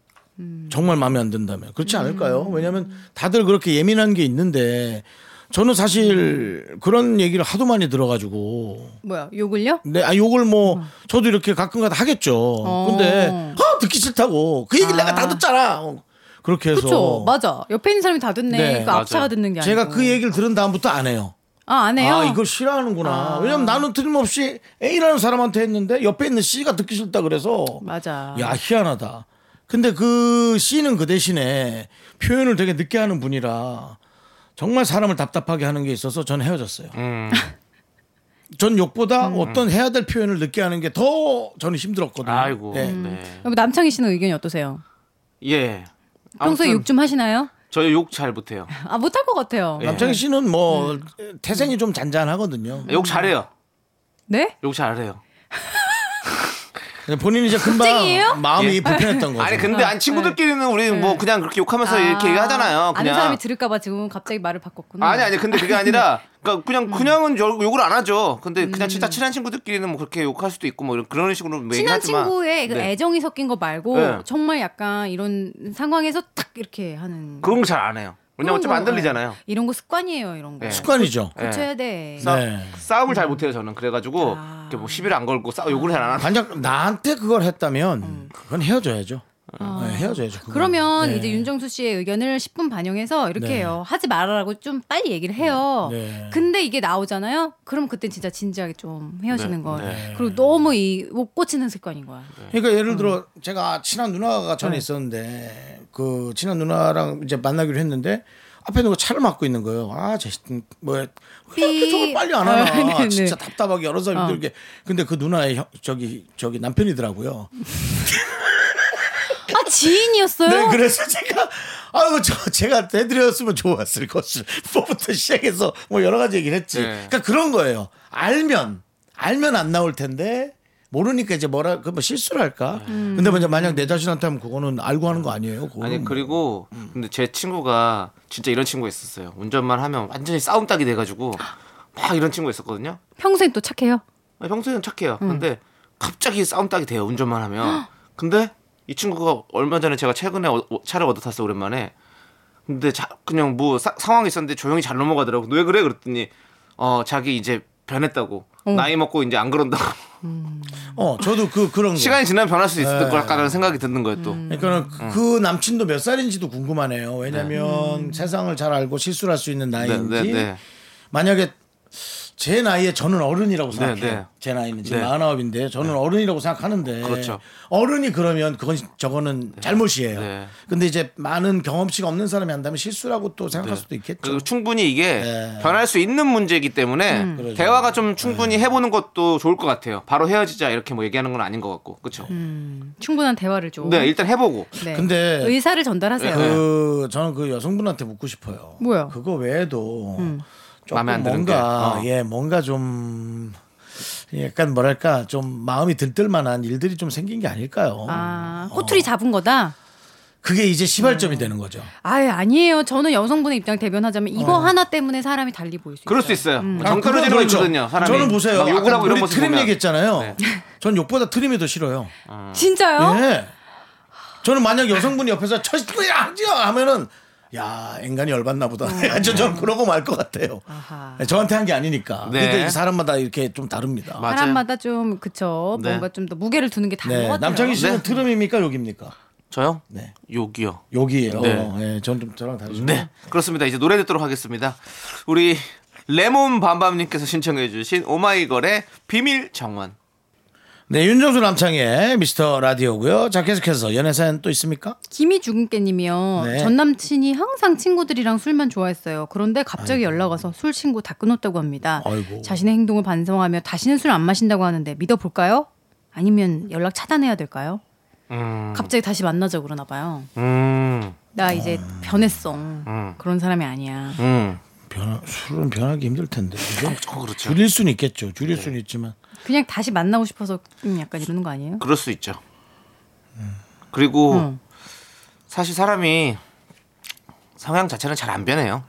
Speaker 1: 정말 마음에 안 든다면 그렇지 않을까요? 왜냐하면 다들 그렇게 예민한 게 있는데 저는 사실 그런 얘기를 하도 많이 들어가지고
Speaker 4: 뭐야 욕을요?
Speaker 1: 네, 아, 욕을 뭐,
Speaker 4: 음.
Speaker 1: 저도 이렇게 가끔가다 하겠죠.
Speaker 4: 어.
Speaker 1: 근데, 아, 듣기 싫다고. 그 얘기를 내가 다 듣잖아. 어, 그렇게 해서.
Speaker 4: 그렇죠. 맞아. 옆에 있는 사람이 다 듣네.
Speaker 1: 네,
Speaker 4: 그 앞차가
Speaker 2: 맞아요.
Speaker 4: 듣는 게 아니고.
Speaker 1: 제가 그 얘기를 들은 다음부터 안 해요.
Speaker 4: 아안 해요.
Speaker 1: 아, 이걸 싫어하는구나. 왜냐면 나는 틀림없이 A라는 사람한테 했는데, 옆에 있는 C가 듣기 싫다 그래서.
Speaker 4: 맞아.
Speaker 1: 야, 희한하다. 근데 그 C는 그 대신에 표현을 되게 늦게 하는 분이라 정말 사람을 답답하게 하는 게 있어서 전 헤어졌어요.
Speaker 2: 음.
Speaker 1: 전 욕보다 어떤 해야 될 표현을 늦게 하는 게 더 저는 힘들었거든요.
Speaker 2: 아이고.
Speaker 1: 네.
Speaker 2: 네.
Speaker 4: 여러분, 남창희 씨는 의견이 어떠세요?
Speaker 2: 예.
Speaker 4: 평소에
Speaker 2: 아무튼
Speaker 4: 욕 좀 하시나요?
Speaker 2: 저희 욕 잘 못해요.
Speaker 4: 아 못할 것 같아요.
Speaker 2: 예. 음.
Speaker 1: 남창희 씨는 뭐 태생이 좀 잔잔하거든요.
Speaker 2: 욕 잘해요.
Speaker 4: 네?
Speaker 2: 욕 잘해요.
Speaker 1: 본인이 이제 금방
Speaker 4: 특징이에요?
Speaker 1: 마음이
Speaker 2: 예.
Speaker 1: 불편했던 거죠.
Speaker 2: 아니 근데 안 친구들끼리는 우리 뭐 그냥 그렇게 욕하면서
Speaker 4: 아,
Speaker 2: 이렇게 얘기하잖아요.
Speaker 4: 아는
Speaker 2: 그냥
Speaker 4: 사람이 들을까봐 지금 갑자기 말을 바꿨구나.
Speaker 2: 아니 아니 근데 그게 아니라 그러니까 그냥 그냥은 욕- 욕을 안 하죠. 근데 그냥 진짜 친한 친구들끼리는 뭐 그렇게 욕할 수도 있고 뭐 이런- 그런 식으로 뭐
Speaker 4: 친한
Speaker 2: 얘기하지만
Speaker 4: 친구의 그
Speaker 2: 네.
Speaker 4: 애정이 섞인 거 말고
Speaker 2: 네.
Speaker 4: 정말 약간 이런 상황에서 탁 이렇게 하는
Speaker 2: 그런 거 잘 안 해요. 왜냐면 어차피
Speaker 4: 그런
Speaker 2: 안
Speaker 4: 거,
Speaker 2: 들리잖아요.
Speaker 4: 네. 이런 거 습관이에요, 이런 거. 그렇죠.
Speaker 2: 네.
Speaker 1: 습관이죠.
Speaker 2: 예.
Speaker 4: 고쳐야 돼.
Speaker 2: 싸,
Speaker 1: 네.
Speaker 2: 싸움을 잘 못해요 저는 그래가지고 이렇게 뭐 시비를 안 걸고 싸 욕을 잘안 하는
Speaker 1: 만약 나한테 그걸 했다면 그건 헤어져야죠. 네, 헤어져야죠. 그건.
Speaker 4: 그러면
Speaker 1: 네.
Speaker 4: 이제 윤정수 씨의 의견을 10분 반영해서 이렇게
Speaker 1: 네.
Speaker 4: 해요. 하지 말아라고 좀 빨리 얘기를 해요.
Speaker 1: 네.
Speaker 4: 근데 이게 나오잖아요. 그럼 그땐 진짜 진지하게 좀 헤어지는
Speaker 2: 네.
Speaker 4: 거예요.
Speaker 2: 네.
Speaker 4: 그리고 너무 이못 꽂히는 습관인 거야.
Speaker 1: 그러니까
Speaker 4: 음.
Speaker 1: 예를 들어 제가 친한 누나가
Speaker 4: 네.
Speaker 1: 전에 있었는데 그 친한 누나랑 이제 만나기로 했는데 앞에 누가 차를 막고 있는 거예요. 아, 제뭐왜 이렇게
Speaker 4: 삐.
Speaker 1: 저걸 빨리 안
Speaker 4: 아,
Speaker 1: 하나?
Speaker 4: 네네. 어.
Speaker 1: 진짜 답답하게 여러 사람이 들게. 근데 그 누나의 형, 저기 저기 남편이더라고요.
Speaker 4: 아 지인이었어요?
Speaker 1: 네, 그래서 제가 아유 저 제가 해드렸으면 좋았을 것을 뭐부터 시작해서 뭐 여러 가지 얘기를 했지.
Speaker 2: 네.
Speaker 1: 그러니까 그런 거예요. 알면 알면 안 나올 텐데 모르니까 이제 뭐라 그뭐 실수를 할까. 근데 먼저 만약 내 자신한테 하면 그거는 알고 하는 거 아니에요. 그거는
Speaker 2: 음. 아니
Speaker 1: 뭐.
Speaker 2: 그리고 근데 제 친구가 진짜 이런 친구 있었어요. 운전만 하면 완전히 싸움 딱이 돼가지고 막 이런 친구 있었거든요.
Speaker 4: 평소엔 또 착해요.
Speaker 2: 아니, 평소에는 착해요.
Speaker 1: 음.
Speaker 2: 근데 갑자기 싸움 딱이 돼요. 운전만 하면. 근데 이 친구가 얼마 전에 제가 최근에 어- 어- 차를 얻어 탔어 오랜만에. 근데 자, 그냥 뭐 사- 상황이 있었는데 조용히 잘 넘어가더라고. 왜 그래? 그랬더니 어 자기 이제 변했다고. 나이 먹고 이제 안 그런다고.
Speaker 1: 어 저도 그 그런 거.
Speaker 2: 시간이 지나면 변할 수 있을
Speaker 1: 네.
Speaker 2: 거라는 생각이 드는 거예요 또.
Speaker 1: 그러니까
Speaker 2: 음.
Speaker 1: 그- 그 남친도 몇 살인지도 궁금하네요. 왜냐하면 세상을 잘 알고 실수를 할 수 있는 나이인지
Speaker 2: 음. 네, 네, 네.
Speaker 1: 만약에 제 나이에 저는 어른이라고 생각해요.
Speaker 2: 네.
Speaker 1: 제 나이는 지금
Speaker 2: 네.
Speaker 1: 49인데 저는 어른이라고 생각하는데
Speaker 2: 그렇죠.
Speaker 1: 어른이 그러면 그건 저거는 잘못이에요.
Speaker 2: 네.
Speaker 1: 근데 이제 많은 경험치가 없는 사람이 한다면 실수라고 또 생각할 수도 있겠죠.
Speaker 2: 그 충분히 이게
Speaker 1: 네.
Speaker 2: 변할 수 있는 문제이기 때문에
Speaker 1: 그러죠. 예.
Speaker 2: 대화가 좀 충분히 해보는 것도 좋을 것 같아요. 바로 헤어지자 이렇게 뭐 얘기하는 건 아닌 것 같고, 그렇죠?
Speaker 4: 충분한 대화를 좀.
Speaker 2: 네, 일단 해보고.
Speaker 4: 네.
Speaker 1: 근데
Speaker 4: 의사를 전달하세요.
Speaker 2: 네.
Speaker 1: 그 저는 그 여성분한테 묻고 싶어요.
Speaker 4: 뭐요?
Speaker 1: 그거 외에도 조금
Speaker 2: 음. 마음에 안 드는
Speaker 1: 뭔가
Speaker 2: 게, 어.
Speaker 1: 예 뭔가 좀 약간 뭐랄까 좀 마음이 들뜰만한 일들이 좀 생긴 게 아닐까요?
Speaker 4: 아 꼬투리 잡은 거다.
Speaker 1: 그게 이제 시발점이 되는 거죠.
Speaker 4: 아예 아니에요. 저는 여성분의 입장 대변하자면
Speaker 1: 어.
Speaker 4: 이거 하나 때문에 사람이 달리 보일 수 있어요.
Speaker 2: 아, 그럴 수 있어요. 정
Speaker 1: 그건
Speaker 2: 떨어지는 거
Speaker 1: 그렇죠.
Speaker 2: 있거든요. 사람이.
Speaker 1: 저는 보세요.
Speaker 2: 막 욕을
Speaker 1: 아까
Speaker 2: 하고 이런
Speaker 1: 우리
Speaker 2: 모습
Speaker 1: 트림
Speaker 2: 보면.
Speaker 1: 얘기했잖아요.
Speaker 2: 네.
Speaker 1: 전 욕보다 트림이 더 싫어요.
Speaker 4: 진짜요?
Speaker 1: 예. 저는 만약 여성분이 옆에서 저야 하면은 야 인간이 열받나 보다. 저 저는 그러고 말 것 같아요.
Speaker 4: 음.
Speaker 1: 네,
Speaker 4: 아하.
Speaker 1: 저한테 한 게 아니니까.
Speaker 2: 네.
Speaker 1: 그러니까 이제 사람마다 이렇게 좀 다릅니다.
Speaker 2: 맞아요.
Speaker 4: 사람마다 좀 그쵸
Speaker 2: 네.
Speaker 4: 뭔가 좀 더 무게를 두는 게 다른
Speaker 1: 네.
Speaker 4: 것 같아요.
Speaker 1: 남창희 씨는
Speaker 2: 네.
Speaker 1: 트름입니까 욕입니까?
Speaker 2: 저요?
Speaker 1: 네.
Speaker 2: 욕이요.
Speaker 1: 욕이에요.
Speaker 2: 네.
Speaker 1: 어, 예, 전좀 저랑 다르죠.
Speaker 2: 네, 그렇습니다. 이제 노래 듣도록 하겠습니다. 우리 레몬 밤밤님께서 신청해주신 오마이걸의 비밀 정원.
Speaker 1: 네, 윤정수 남창희의 미스터 라디오고요. 자 계속해서 연애 사연 또 있습니까?
Speaker 4: 김희주근께님이요.
Speaker 1: 네.
Speaker 4: 전 남친이 항상 친구들이랑 술만 좋아했어요. 그런데 갑자기 연락 와서 술 친구 다 끊었다고 합니다.
Speaker 1: 아이고.
Speaker 4: 자신의 행동을 반성하며 다시는 술 안 마신다고 하는데 믿어볼까요? 아니면 연락 차단해야 될까요?
Speaker 2: 음,
Speaker 4: 갑자기 다시 만나자 그러나 봐요.
Speaker 2: 음,
Speaker 4: 나 이제 변했어.
Speaker 2: 음.
Speaker 4: 그런 사람이 아니야.
Speaker 2: 음.
Speaker 1: 변화, 술은 변하기 힘들 텐데. 그죠?
Speaker 2: 어, 그렇죠. 네.
Speaker 1: 줄일 수는 있겠죠. 줄일 수는 있지만.
Speaker 4: 그냥 다시 만나고 싶어서 음, 약간 이러는 거 아니에요?
Speaker 2: 그럴 수 있죠. 그리고
Speaker 4: 음.
Speaker 2: 사실 사람이 성향 자체는 잘 안 변해요.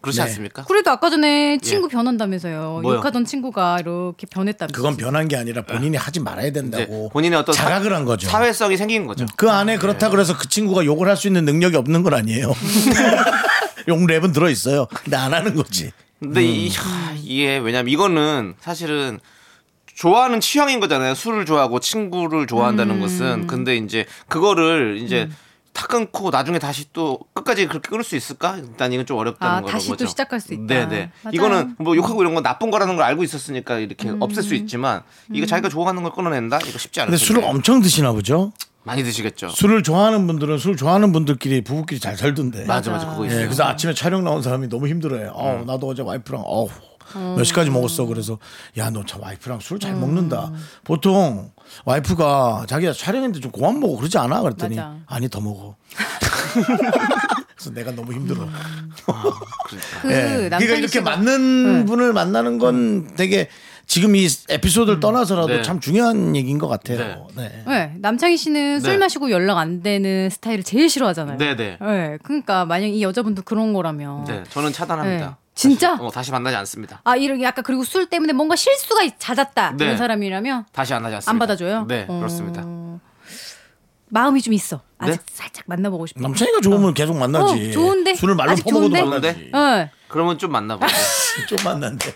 Speaker 2: 그렇지
Speaker 1: 네.
Speaker 2: 않습니까?
Speaker 4: 그래도 아까 전에 친구 변한다면서요.
Speaker 2: 뭐요?
Speaker 4: 욕하던 친구가 이렇게 변했다면서.
Speaker 1: 그건 변한 게 아니라 본인이 하지 말아야
Speaker 2: 이제
Speaker 1: 된다고.
Speaker 2: 본인의 어떤
Speaker 1: 자각을
Speaker 2: 사-
Speaker 1: 한 거죠.
Speaker 2: 사회성이 생긴 거죠.
Speaker 1: 그 안에
Speaker 2: 네.
Speaker 1: 그렇다 그래서 그 친구가 욕을 할 수 있는 능력이 없는 건 아니에요. 욕 랩은 들어 있어요. 근데 안 하는 거지.
Speaker 2: 근데
Speaker 4: 음.
Speaker 2: 이, 하, 이게 왜냐면 이거는 사실은 좋아하는 취향인 거잖아요. 술을 좋아하고 친구를
Speaker 4: 음.
Speaker 2: 좋아한다는 것은. 근데 이제 그거를 이제 다 끊고 나중에 다시 또 끝까지 그렇게 끊을 수 있을까? 일단 이건 좀 어렵다는
Speaker 4: 아,
Speaker 2: 거죠.
Speaker 4: 다시 또 시작할 수 있다.
Speaker 2: 네네.
Speaker 4: 맞아요. 음.
Speaker 2: 이거는 뭐 욕하고 이런 건 나쁜 거라는 걸 알고 있었으니까 이렇게 없앨 수 있지만
Speaker 4: 음.
Speaker 2: 이거 자기가 좋아하는 걸 끊어낸다? 이거 쉽지 않을
Speaker 1: 근데 술을
Speaker 2: 텐데.
Speaker 1: 엄청 드시나 보죠.
Speaker 2: 많이 드시겠죠.
Speaker 1: 술을 좋아하는 분들은 술 좋아하는 분들끼리 부부끼리 잘 살던데.
Speaker 2: 맞아 맞아 그거
Speaker 1: 예,
Speaker 2: 있어요. 음.
Speaker 1: 그래서 아침에 촬영 나온 사람이 너무 힘들어요. 어, 나도 어제 와이프랑 어우 몇 시까지 먹었어. 그래서 야 너 참 와이프랑 술
Speaker 2: 음.
Speaker 1: 잘 먹는다. 보통 와이프가 자기가 촬영했는데 좀 고만 먹어 그러지 않아? 그랬더니
Speaker 4: 맞아.
Speaker 1: 아니 더 먹어. 그래서 내가 너무
Speaker 2: 음.
Speaker 1: 힘들어.
Speaker 4: 그
Speaker 1: 예.
Speaker 4: 남편이
Speaker 1: 그러니까 이렇게
Speaker 4: 씨가- 음.
Speaker 1: 맞는
Speaker 4: 네.
Speaker 1: 분을 만나는 건 되게 지금 이 에피소드를 떠나서라도
Speaker 2: 네.
Speaker 1: 참 중요한 얘기인 것 같아요. 네.
Speaker 4: 음. 네, 남창희 씨는 술
Speaker 2: 네.
Speaker 4: 마시고 연락 안 되는 스타일을 제일 싫어하잖아요.
Speaker 2: 네, 네.
Speaker 4: 네, 그러니까 만약 이 여자분도 그런 거라면.
Speaker 2: 네, 저는 차단합니다.
Speaker 4: 네. 진짜?
Speaker 2: 다시, 어, 다시 만나지 않습니다.
Speaker 4: 아, 이런 약간 그리고 술 때문에 뭔가 실수가 잦았다
Speaker 2: 네.
Speaker 4: 이런 사람이라면
Speaker 2: 다시 안 하지 않습니다.
Speaker 4: 안 받아줘요.
Speaker 2: 네,
Speaker 4: 어,
Speaker 2: 그렇습니다.
Speaker 4: 마음이 좀 있어. 아직
Speaker 2: 네?
Speaker 4: 살짝 만나보고 싶어.
Speaker 1: 남창이가 좋으면 계속 만나지.
Speaker 4: 어, 좋은데?
Speaker 1: 술을 말로
Speaker 4: 아직
Speaker 1: 퍼먹어도
Speaker 4: 좋은데?
Speaker 1: 만나지.
Speaker 4: 네.
Speaker 2: 그러면 좀 만나보죠.
Speaker 1: 좀 만난데.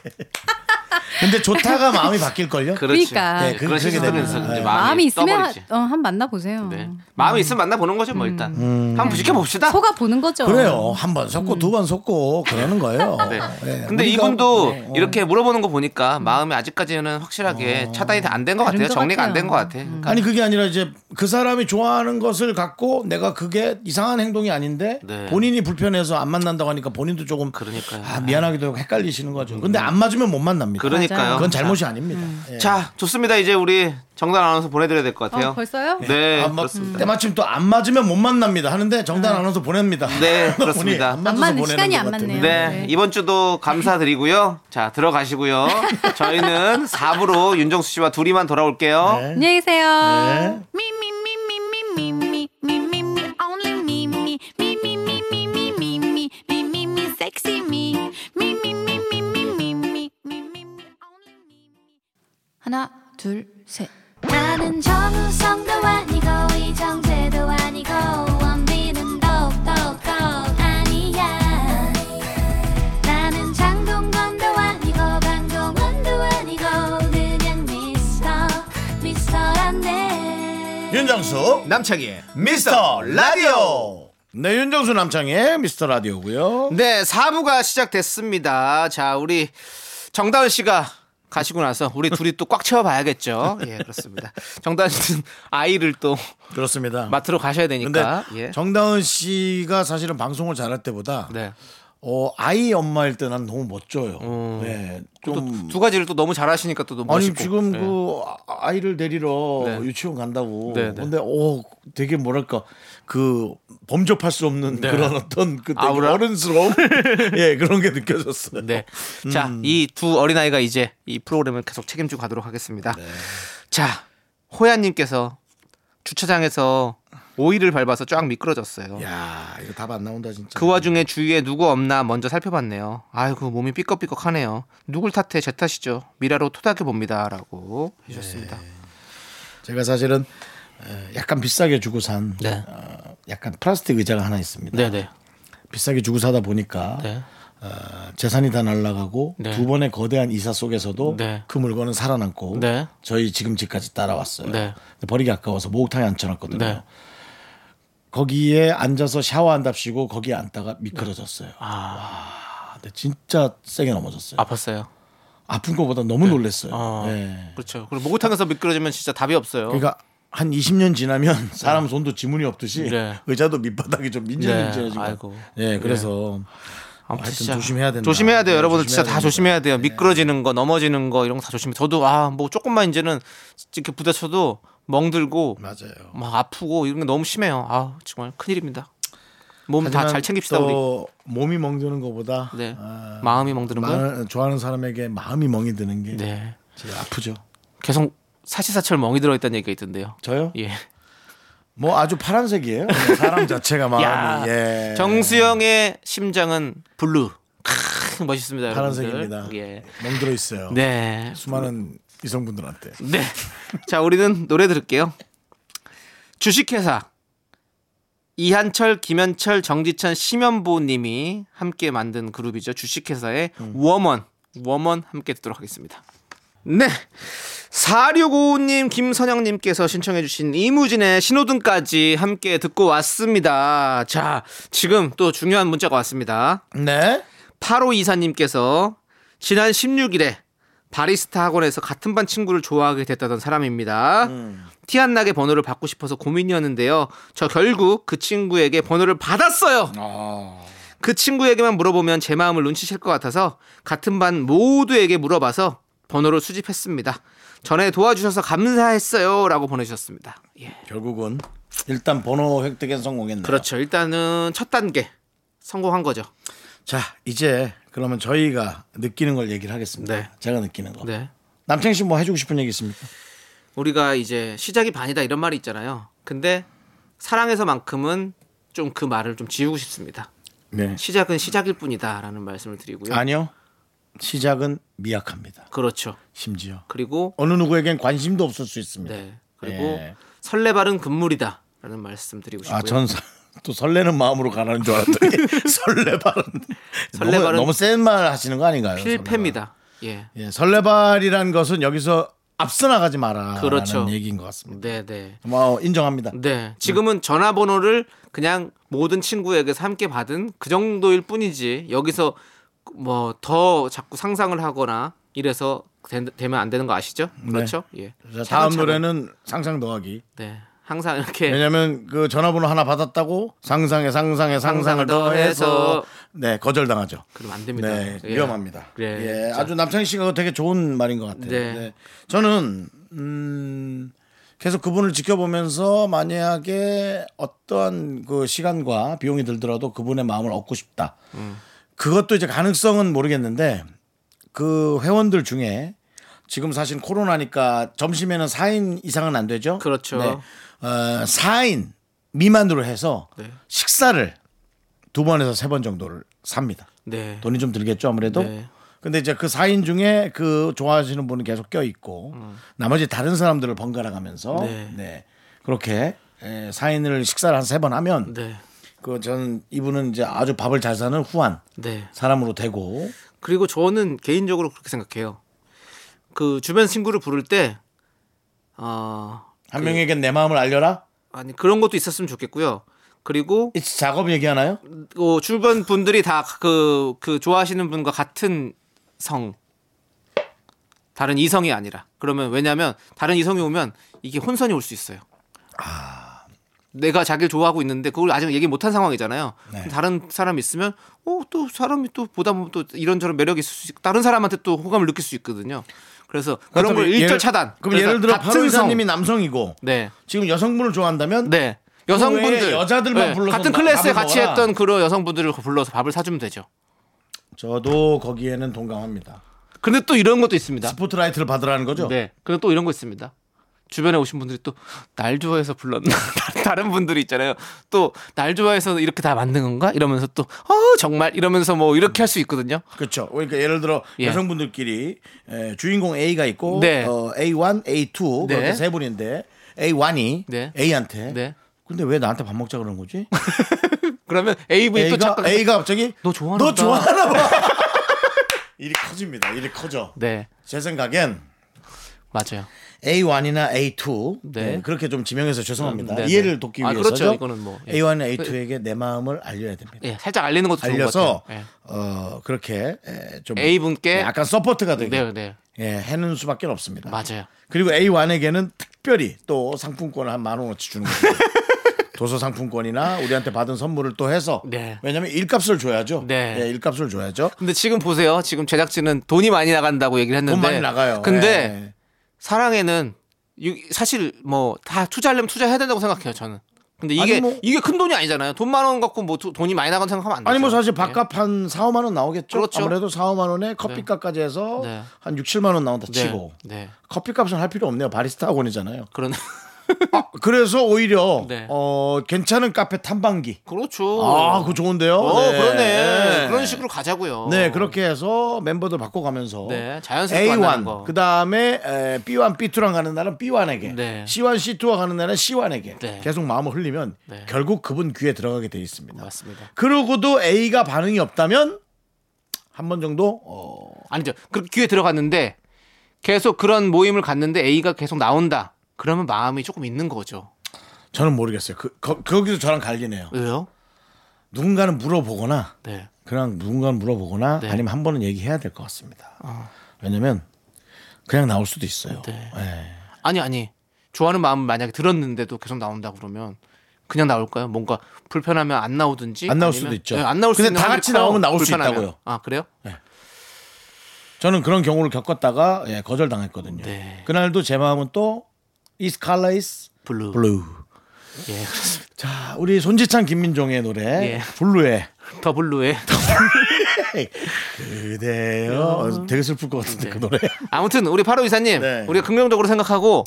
Speaker 1: 근데 좋다가 마음이 바뀔 걸요.
Speaker 2: 그렇지.
Speaker 4: 그러니까.
Speaker 1: 네,
Speaker 2: 네,
Speaker 1: 그-
Speaker 2: 그런
Speaker 1: 그렇게
Speaker 2: 시스템에서
Speaker 1: 되면, 네.
Speaker 2: 이제
Speaker 4: 마음이 있으면
Speaker 2: 떠버리지.
Speaker 4: 하- 어, 한번 만나보세요.
Speaker 2: 네. 마음이 있으면 만나보는 거죠, 뭐 일단.
Speaker 1: 음.
Speaker 2: 한번 지켜봅시다.
Speaker 4: 속아 보는 거죠.
Speaker 1: 그래요. 한 번 섞고 두 번 섞고 그러는 거예요.
Speaker 2: 네.
Speaker 1: 예,
Speaker 2: 근데
Speaker 1: 우리가-
Speaker 2: 이분도
Speaker 1: 네, 어.
Speaker 2: 이렇게 물어보는 거 보니까 마음이 아직까지는 확실하게 차단이 안 된 것
Speaker 4: 다른
Speaker 2: 같아요.
Speaker 4: 것
Speaker 2: 정리가 안 된 것
Speaker 4: 같아요.
Speaker 2: 같아. 그러니까
Speaker 1: 아니 그게 아니라 이제 그 사람이 좋아하는 것을 갖고 내가 그게 이상한 행동이 아닌데
Speaker 2: 네.
Speaker 1: 본인이 불편해서 안 만난다고 하니까 본인도 조금
Speaker 2: 그러니까요. 음.
Speaker 1: 아, 미안하기도 하고 헷갈리시는 거죠. 근데 안 맞으면 못 만납니다.
Speaker 2: 그러니까요.
Speaker 1: 그건 잘못이 아닙니다.
Speaker 4: 음.
Speaker 1: 예.
Speaker 2: 자, 좋습니다. 이제 우리 정단 아나운서 보내드려야 될 것 같아요.
Speaker 4: 어, 벌써요?
Speaker 2: 네,
Speaker 1: 안 맞-
Speaker 2: 그렇습니다.
Speaker 1: 뭐 때마침 또 안 맞으면 못 만납니다. 하는데 정단 아나운서 보냅니다.
Speaker 2: 네, 그렇습니다.
Speaker 1: 본인이
Speaker 4: 안
Speaker 1: 맞아서
Speaker 4: 맞는
Speaker 1: 보내는
Speaker 4: 시간이
Speaker 1: 것
Speaker 4: 안
Speaker 1: 같아요.
Speaker 4: 음, 맞네요.
Speaker 2: 네, 이번 주도 감사드리고요. 자, 들어가시고요. 저희는 4부로 윤정수 씨와 둘이만 돌아올게요.
Speaker 1: 네.
Speaker 4: 안녕히 계세요.
Speaker 1: 네.
Speaker 3: Me me me me me me me me me me only me me me me me me me me me me me me sexy me me me me me me me me me me me only me.
Speaker 6: 하나, 둘, 셋.
Speaker 3: 나는 정우성도 아니고 이정재도 아니고 원빈은 더욱더 아니야 나는 장동건도 아니고 강동원도 아니고 그냥 미스터 미스터란데
Speaker 1: 네, 윤정수
Speaker 7: 남창희의
Speaker 1: 미스터 라디오. 네, 윤정수 남창의 미스터
Speaker 2: 음.
Speaker 1: 라디오고요.
Speaker 7: 네, 4부가 시작됐습니다. 자, 우리 정다은 씨가 가시고 나서 우리 둘이 또 꽉 채워봐야겠죠. 예, 그렇습니다. 정다은 씨는 아이를 또
Speaker 1: 그렇습니다.
Speaker 7: 맡으러 가셔야
Speaker 1: 근데
Speaker 7: 되니까. 예.
Speaker 1: 정다은 씨가 사실은 방송을 잘할 때보다
Speaker 2: 네.
Speaker 1: 어, 아이 엄마일 때 난 너무 멋져요. 네,
Speaker 2: 또
Speaker 1: 좀
Speaker 2: 두 가지를 또 너무 잘하시니까 또 너무
Speaker 1: 아니
Speaker 2: 어, 멋있고.
Speaker 1: 지금
Speaker 2: 예.
Speaker 1: 그 아- 아이를 데리러
Speaker 2: 네.
Speaker 1: 유치원 간다고.
Speaker 2: 네, 네.
Speaker 1: 근데 오 되게 뭐랄까 그 범접할 수 없는 그런 어떤 그 되게
Speaker 2: 네. 아우라?
Speaker 1: 어른스러움 예 그런 게 느껴졌어요.
Speaker 2: 네.
Speaker 1: 음.
Speaker 2: 자, 이 두 어린아이가 이제 이 프로그램을 계속 책임지고 가도록 하겠습니다.
Speaker 1: 네.
Speaker 2: 자, 호야님께서 주차장에서 오일을 밟아서 쫙 미끄러졌어요.
Speaker 1: 야 이거 답 안 나온다 진짜.
Speaker 2: 그 와중에 주위에 누구 없나 먼저 살펴봤네요. 아이고, 몸이 삐걱삐걱하네요. 누굴 탓해 제 탓이죠. 미라로 토닥여 봅니다. 라고 해주셨습니다.
Speaker 1: 제가 사실은 어, 약간 비싸게 주고 산
Speaker 2: 네.
Speaker 1: 어, 약간 플라스틱 의자가 하나 있습니다.
Speaker 2: 네네.
Speaker 1: 비싸게 주고 사다 보니까
Speaker 2: 네.
Speaker 1: 어, 재산이 다 날라가고
Speaker 2: 네.
Speaker 1: 두 번의 거대한 이사 속에서도
Speaker 2: 네.
Speaker 1: 그 물건은 살아남고
Speaker 2: 네.
Speaker 1: 저희 지금 집까지 따라왔어요.
Speaker 2: 네.
Speaker 1: 근데 버리기 아까워서 목욕탕에 앉혀놨거든요.
Speaker 2: 네.
Speaker 1: 거기에 앉아서 샤워한답시고 거기에 앉다가 미끄러졌어요. 와, 근데 진짜 세게 넘어졌어요.
Speaker 2: 아. 아팠어요.
Speaker 1: 아, 픈 것보다 너무 놀랐어요.
Speaker 2: 어.
Speaker 1: 예.
Speaker 2: 그렇죠. 그리고 목욕탕에서 미끄러지면 진짜 답이 없어요.
Speaker 1: 그러니까 한 20년 지나면 사람 손도 지문이 없듯이
Speaker 2: 네.
Speaker 1: 의자도 밑바닥이 좀 민질민질해지고.
Speaker 2: 네, 아이고.
Speaker 1: 예, 그래서
Speaker 2: 아무튼
Speaker 1: 하여튼
Speaker 2: 진짜
Speaker 1: 조심해야 된다.
Speaker 2: 조심해야 돼요,
Speaker 1: 네,
Speaker 2: 여러분들 진짜
Speaker 1: 조심해야 됩니다.
Speaker 2: 다
Speaker 1: 네.
Speaker 2: 조심해야 돼요. 미끄러지는 거, 넘어지는 거 이런 거 다 조심해. 저도 아 뭐 조금만 이제는 이렇게 부딪혀도 멍들고
Speaker 1: 맞아요.
Speaker 2: 막 아프고 이런 게 너무 심해요. 아 정말 큰일입니다. 몸 다 잘
Speaker 1: 하지만
Speaker 2: 챙깁시다 우리.
Speaker 1: 또 몸이 멍드는 것보다
Speaker 2: 네.
Speaker 1: 아,
Speaker 2: 마음이 멍드는 거.
Speaker 1: 마음- 좋아하는 사람에게 마음이 멍이 드는 게
Speaker 2: 네.
Speaker 1: 제일 아프죠.
Speaker 2: 계속 사시사철 멍이 들어 있다는 얘기가 있던데요.
Speaker 1: 저요?
Speaker 2: 예.
Speaker 1: 뭐 아주 파란색이에요. 그냥 사람 자체가
Speaker 2: 야.
Speaker 1: 마음이 예.
Speaker 2: 정수영의 심장은 블루. 크, 멋있습니다. 여러분들.
Speaker 1: 파란색입니다.
Speaker 2: 예.
Speaker 1: 멍들어 있어요.
Speaker 2: 네.
Speaker 1: 수많은 이성분들한테.
Speaker 2: 네. 자, 우리는 노래 들을게요. 주식회사. 이한철, 김현철, 정지천, 심연보 님이 함께 만든 그룹이죠. 주식회사의 워먼. 워먼 함께 듣도록 하겠습니다. 네. 4655님, 김선영님께서 신청해주신 이무진의 신호등까지 함께 듣고 왔습니다. 자, 지금 또 중요한 문자가 왔습니다.
Speaker 1: 네.
Speaker 2: 8호 이사님께서 지난 16일에 바리스타 학원에서 같은 반 친구를 좋아하게 됐다던 사람입니다. 티 안 나게 번호를 받고 싶어서 고민이었는데요. 저 결국 그 친구에게 번호를 받았어요.
Speaker 1: 아,
Speaker 2: 그 친구에게만 물어보면 제 마음을 눈치챌 것 같아서 같은 반 모두에게 물어봐서 번호를 수집했습니다. 전에 도와주셔서 감사했어요라고 보내주셨습니다. 예.
Speaker 1: 결국은 일단 번호 획득엔 성공했네요.
Speaker 2: 그렇죠. 일단은 첫 단계 성공한 거죠.
Speaker 1: 자, 이제 그러면 저희가 느끼는 걸 얘기를 하겠습니다.
Speaker 2: 네.
Speaker 1: 제가 느끼는 거.
Speaker 2: 네.
Speaker 1: 남창희 씨 뭐 해주고 싶은 얘기 있습니까?
Speaker 2: 우리가 이제 시작이 반이다 이런 말이 있잖아요. 근데 사랑에서만큼은 좀 그 말을 좀 지우고 싶습니다.
Speaker 1: 네.
Speaker 2: 시작은 시작일 뿐이다라는 말씀을 드리고요.
Speaker 1: 아니요. 시작은 미약합니다.
Speaker 2: 그렇죠.
Speaker 1: 심지어
Speaker 2: 그리고
Speaker 1: 어느 누구에겐 관심도 없을 수 있습니다.
Speaker 2: 네. 그리고
Speaker 1: 예.
Speaker 2: 설레발은 금물이다라는 말씀 드리고 싶고요.
Speaker 1: 아, 전 또 설레는 마음으로 가라는 줄 알았더니 설레발은
Speaker 2: 설레발은
Speaker 1: 너무, 너무 센 말 하시는 거 아닌가요?
Speaker 2: 필패입니다. 예.
Speaker 1: 설레발. 예, 설레발이란 것은 여기서 앞서 나가지 마라라는
Speaker 2: 그렇죠.
Speaker 1: 얘기인 것 같습니다.
Speaker 2: 네, 네.
Speaker 1: 뭐 인정합니다.
Speaker 2: 네. 지금은 전화번호를 그냥 모든 친구에게서 함께 받은 그 정도일 뿐이지 여기서 뭐 더 자꾸 상상을 하거나 이래서 되, 되면 안 되는 거 아시죠? 그렇죠? 예.
Speaker 1: 네. 자, 다음
Speaker 2: 차근차근.
Speaker 1: 노래는 상상 더하기.
Speaker 2: 네. 항상 이렇게
Speaker 1: 왜냐면 그 전화번호 하나 받았다고 상상에 상상에 상상을
Speaker 2: 상상을 더해서
Speaker 1: 더해서 네 거절당하죠.
Speaker 2: 그러면 안 됩니다.
Speaker 1: 네
Speaker 2: 예.
Speaker 1: 위험합니다.
Speaker 2: 예.
Speaker 1: 예, 아주 남창희 씨가 그거 되게 좋은 말인 것 같아요.
Speaker 2: 네.
Speaker 1: 네. 저는 음, 계속 그분을 지켜보면서 만약에 어떠한 그 시간과 비용이 들더라도 그분의 마음을 얻고 싶다. 그것도 이제 가능성은 모르겠는데 그 회원들 중에 지금 사실 코로나니까 점심에는 4인 이상은 안 되죠.
Speaker 2: 그렇죠.
Speaker 1: 어, 4인 미만으로 해서
Speaker 2: 네.
Speaker 1: 식사를 두 번에서 세 번 정도를 삽니다.
Speaker 2: 네.
Speaker 1: 돈이 좀 들겠죠 아무래도.
Speaker 2: 네.
Speaker 1: 근데 이제 그 4인 중에 그 좋아하시는 분은 계속 껴 있고 나머지 다른 사람들을 번갈아 가면서 네.
Speaker 2: 네.
Speaker 1: 그렇게 에, 4인을 식사를 한 세 번 하면
Speaker 2: 네.
Speaker 1: 그 저는 이분은 이제 아주 밥을 잘 사는 후한
Speaker 2: 네.
Speaker 1: 사람으로 되고
Speaker 2: 그리고 저는 개인적으로 그렇게 생각해요. 그 주변 친구를 부를 때 어,
Speaker 1: 한 명에겐 내 마음을 알려라.
Speaker 2: 아니 그런 것도 있었으면 좋겠고요. 그리고
Speaker 1: 이 작업 얘기하나요?
Speaker 2: 어, 주변 분들이 다 그 그 좋아하시는 분과 같은 성 다른 이성이 아니라 그러면 왜냐하면 다른 이성이 오면 이게 혼선이 올 수 있어요.
Speaker 1: 아.
Speaker 2: 내가 자기를 좋아하고 있는데 그걸 아직 얘기 못한 상황이잖아요.
Speaker 1: 네.
Speaker 2: 그럼 다른 사람 이 있으면 어또 사람이 또 보다 보면 또 이런저런 매력이 있을 수 있고 다른 사람한테 또 호감을 느낄 수 있거든요. 그래서 그런 걸 일절
Speaker 1: 그러니까 예를-
Speaker 2: 차단.
Speaker 1: 그럼
Speaker 2: 그래서
Speaker 1: 예를 들어
Speaker 2: 같은 성.
Speaker 1: 파로이사님이 남성이고
Speaker 2: 네.
Speaker 1: 지금 여성분을 좋아한다면
Speaker 2: 네. 여성분들 네.
Speaker 1: 그 외에 여자들만 불러서
Speaker 2: 같은
Speaker 1: 나-
Speaker 2: 클래스에
Speaker 1: 밥을
Speaker 2: 같이
Speaker 1: 먹어라.
Speaker 2: 했던 그런 여성분들을 불러서 밥을 사주면 되죠.
Speaker 1: 저도 거기에는 동감합니다.
Speaker 2: 근데 또 이런 것도 있습니다.
Speaker 1: 스포트라이트를 받으라는 거죠.
Speaker 2: 네. 근데 또 이런 거 있습니다. 주변에 오신 분들이 또 날 좋아해서 불렀나 다른 분들이 있잖아요. 또 날 좋아해서 이렇게 다 만든 건가 이러면서 또 어 정말 이러면서 뭐 이렇게 할 수 있거든요.
Speaker 1: 그렇죠. 그러니까 예를 들어
Speaker 2: 예.
Speaker 1: 여성분들끼리 에, 주인공 A가 있고
Speaker 2: 네.
Speaker 1: 어, A1, A2
Speaker 2: 네.
Speaker 1: 그렇게 세 분인데 A1이
Speaker 2: 네.
Speaker 1: A한테
Speaker 2: 네.
Speaker 1: 근데 왜 나한테 밥 먹자 그런 거지?
Speaker 2: 그러면 AV 또
Speaker 1: A가
Speaker 2: 잠깐
Speaker 1: A가 갑자기
Speaker 2: 너 좋아하나 보다.
Speaker 1: 좋아하나 봐. 일이 커집니다. 일이 커져.
Speaker 2: 네
Speaker 1: 제 생각엔
Speaker 2: 맞아요.
Speaker 1: A1이나 A2
Speaker 2: 네.
Speaker 1: 네, 그렇게 좀 지명해서 죄송합니다.
Speaker 2: 음, 네, 네.
Speaker 1: 이해를 돕기
Speaker 2: 아,
Speaker 1: 위해서
Speaker 2: 그렇죠. 이거는 뭐, 예.
Speaker 1: A1, A2에게 내 마음을 알려야 됩니다.
Speaker 2: 예 살짝 알리는 것도 좋은
Speaker 1: 알려서
Speaker 2: 것 같아요.
Speaker 1: 어, 그렇게 에, 좀 네,
Speaker 2: 예. A 분께
Speaker 1: 약간 서포트가 되게
Speaker 2: 네네 네.
Speaker 1: 예, 해는 수밖에 없습니다.
Speaker 2: 맞아요.
Speaker 1: 그리고 A1에게는 특별히 또 상품권을 한 만 원어치 주는 거예요. 도서 상품권이나 우리한테 받은 선물을 또 해서
Speaker 2: 네.
Speaker 1: 왜냐면 일값을 줘야죠.
Speaker 2: 네.
Speaker 1: 예, 일값을 줘야죠.
Speaker 2: 근데 지금 보세요. 지금 제작진은 돈이 많이 나간다고 얘기를 했는데
Speaker 1: 돈 많이 나가요.
Speaker 2: 근데
Speaker 1: 예.
Speaker 2: 사랑에는 이- 사실 뭐 다 투자하려면 투자해야 된다고 생각해요 저는. 근데 이게
Speaker 1: 아니, 뭐-
Speaker 2: 이게 큰 돈이 아니잖아요. 돈 만 원 갖고 뭐 도- 돈이 많이 나간 생각하면 안 되죠.
Speaker 1: 아니 뭐 사실
Speaker 2: 예.
Speaker 1: 밥값 한 4, 5만 원 나오겠죠.
Speaker 2: 그렇죠.
Speaker 1: 아무래도 4, 5만 원에 커피값까지 해서
Speaker 2: 네.
Speaker 1: 한 6, 7만 원 나온다
Speaker 2: 네.
Speaker 1: 치고
Speaker 2: 네.
Speaker 1: 커피값은 할 필요 없네요. 바리스타 학원이잖아요.
Speaker 2: 그런
Speaker 1: 그래서 오히려
Speaker 2: 아. 네.
Speaker 1: 어, 괜찮은 카페 탐방기.
Speaker 2: 그렇죠.
Speaker 1: 아, 그거 좋은데요.
Speaker 2: 어
Speaker 1: 네.
Speaker 2: 그러네.
Speaker 1: 네.
Speaker 2: 그런 식으로 가자고요.
Speaker 1: 네 그렇게 해서 멤버들 바꿔가면서
Speaker 2: 어. 네, 자연스럽게 만나는
Speaker 1: A1
Speaker 2: 거.
Speaker 1: 그 다음에 B1 B2랑 가는 날은 B1에게
Speaker 2: 네.
Speaker 1: C1 C2와 가는 날은 C1에게
Speaker 2: 네.
Speaker 1: 계속 마음을 흘리면
Speaker 2: 네.
Speaker 1: 결국 그분 귀에 들어가게 돼 있습니다.
Speaker 2: 맞습니다.
Speaker 1: 그러고도 A가 반응이 없다면 한 번 정도 어,
Speaker 2: 아니죠. 그 귀에 들어갔는데 계속 그런 모임을 갔는데 A가 계속 나온다. 그러면 마음이 조금 있는 거죠.
Speaker 1: 저는 모르겠어요. 그 거, 거기서 저랑 갈리네요.
Speaker 2: 왜요?
Speaker 1: 누군가는 물어보거나
Speaker 2: 네.
Speaker 1: 그냥 누군가는 물어보거나
Speaker 2: 네. 어.
Speaker 1: 아니면 한 번은 얘기해야 될 것 같습니다. 왜냐면 그냥 나올 수도 있어요.
Speaker 2: 네.
Speaker 1: 예.
Speaker 2: 아니 아니 좋아하는 마음 만약에 들었는데도 계속 나온다 그러면 그냥 나올까요? 뭔가 불편하면 안 나오든지
Speaker 1: 안 나올
Speaker 2: 아니면-
Speaker 1: 수도 있죠.
Speaker 2: 네, 안 나올 수
Speaker 1: 근데
Speaker 2: 있는
Speaker 1: 다
Speaker 2: 확률이
Speaker 1: 같이
Speaker 2: 커요.
Speaker 1: 나오면 나올 수
Speaker 2: 불편하면.
Speaker 1: 있다고요.
Speaker 2: 아 그래요?
Speaker 1: 저는 그런 경우를 겪었다가 예, 거절당했거든요.
Speaker 2: 네.
Speaker 1: 그날도 제 마음은 또 Is Color Is
Speaker 2: 블루.
Speaker 1: Blue.
Speaker 2: 예.
Speaker 1: 자, 우리 손지창 김민종의 노래
Speaker 2: 예.
Speaker 1: 블루의
Speaker 2: 더블루의
Speaker 1: 그대요. 어, 되게 슬플 것
Speaker 2: 네.
Speaker 1: 같은데 그 노래.
Speaker 2: 아무튼 우리 바로 이사님
Speaker 1: 네.
Speaker 2: 우리가 긍정적으로 생각하고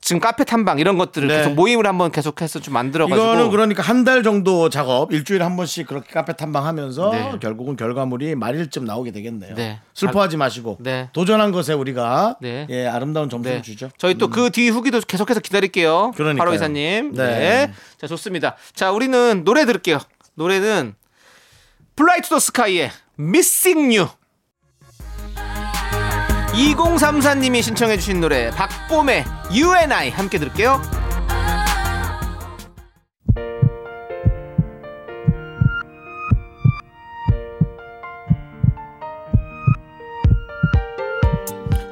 Speaker 2: 지금 카페 탐방 이런 것들을
Speaker 1: 네.
Speaker 2: 계속 모임을 한번 계속해서 좀
Speaker 1: 이거는
Speaker 2: 만들어가지고
Speaker 1: 그러니까 한 달 정도 작업, 일주일에 한 번씩 그렇게 카페 탐방하면서
Speaker 2: 네.
Speaker 1: 결국은 결과물이 말일쯤 나오게 되겠네요.
Speaker 2: 네.
Speaker 1: 슬퍼하지 마시고
Speaker 2: 네.
Speaker 1: 도전한 것에 우리가
Speaker 2: 네.
Speaker 1: 예, 아름다운 점수를
Speaker 2: 네.
Speaker 1: 주죠. 음.
Speaker 2: 저희 또 그 뒤 후기도 계속해서 기다릴게요.
Speaker 1: 그러니까요.
Speaker 2: 바로 이사님.
Speaker 1: 네.
Speaker 2: 네. 자 좋습니다. 자 우리는 노래 들을게요. 노래는 플라이 투 더 스카이의 Missing You. 2034님이 신청해주신 노래 박봄의 You and I 함께 들을게요.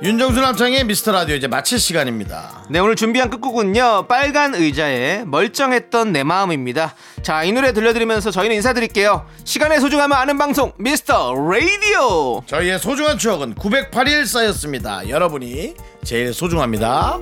Speaker 1: 윤정수 남창의 미스터 라디오 이제 마칠 시간입니다.
Speaker 2: 네 오늘 준비한 끝곡은요 빨간 의자에 멀쩡했던 내 마음입니다 자 이 노래 들려드리면서 저희는 인사드릴게요 시간의 소중함을 아는 방송 미스터 라디오
Speaker 1: 저희의 소중한 추억은 908일 쌓였습니다. 여러분이 제일 소중합니다.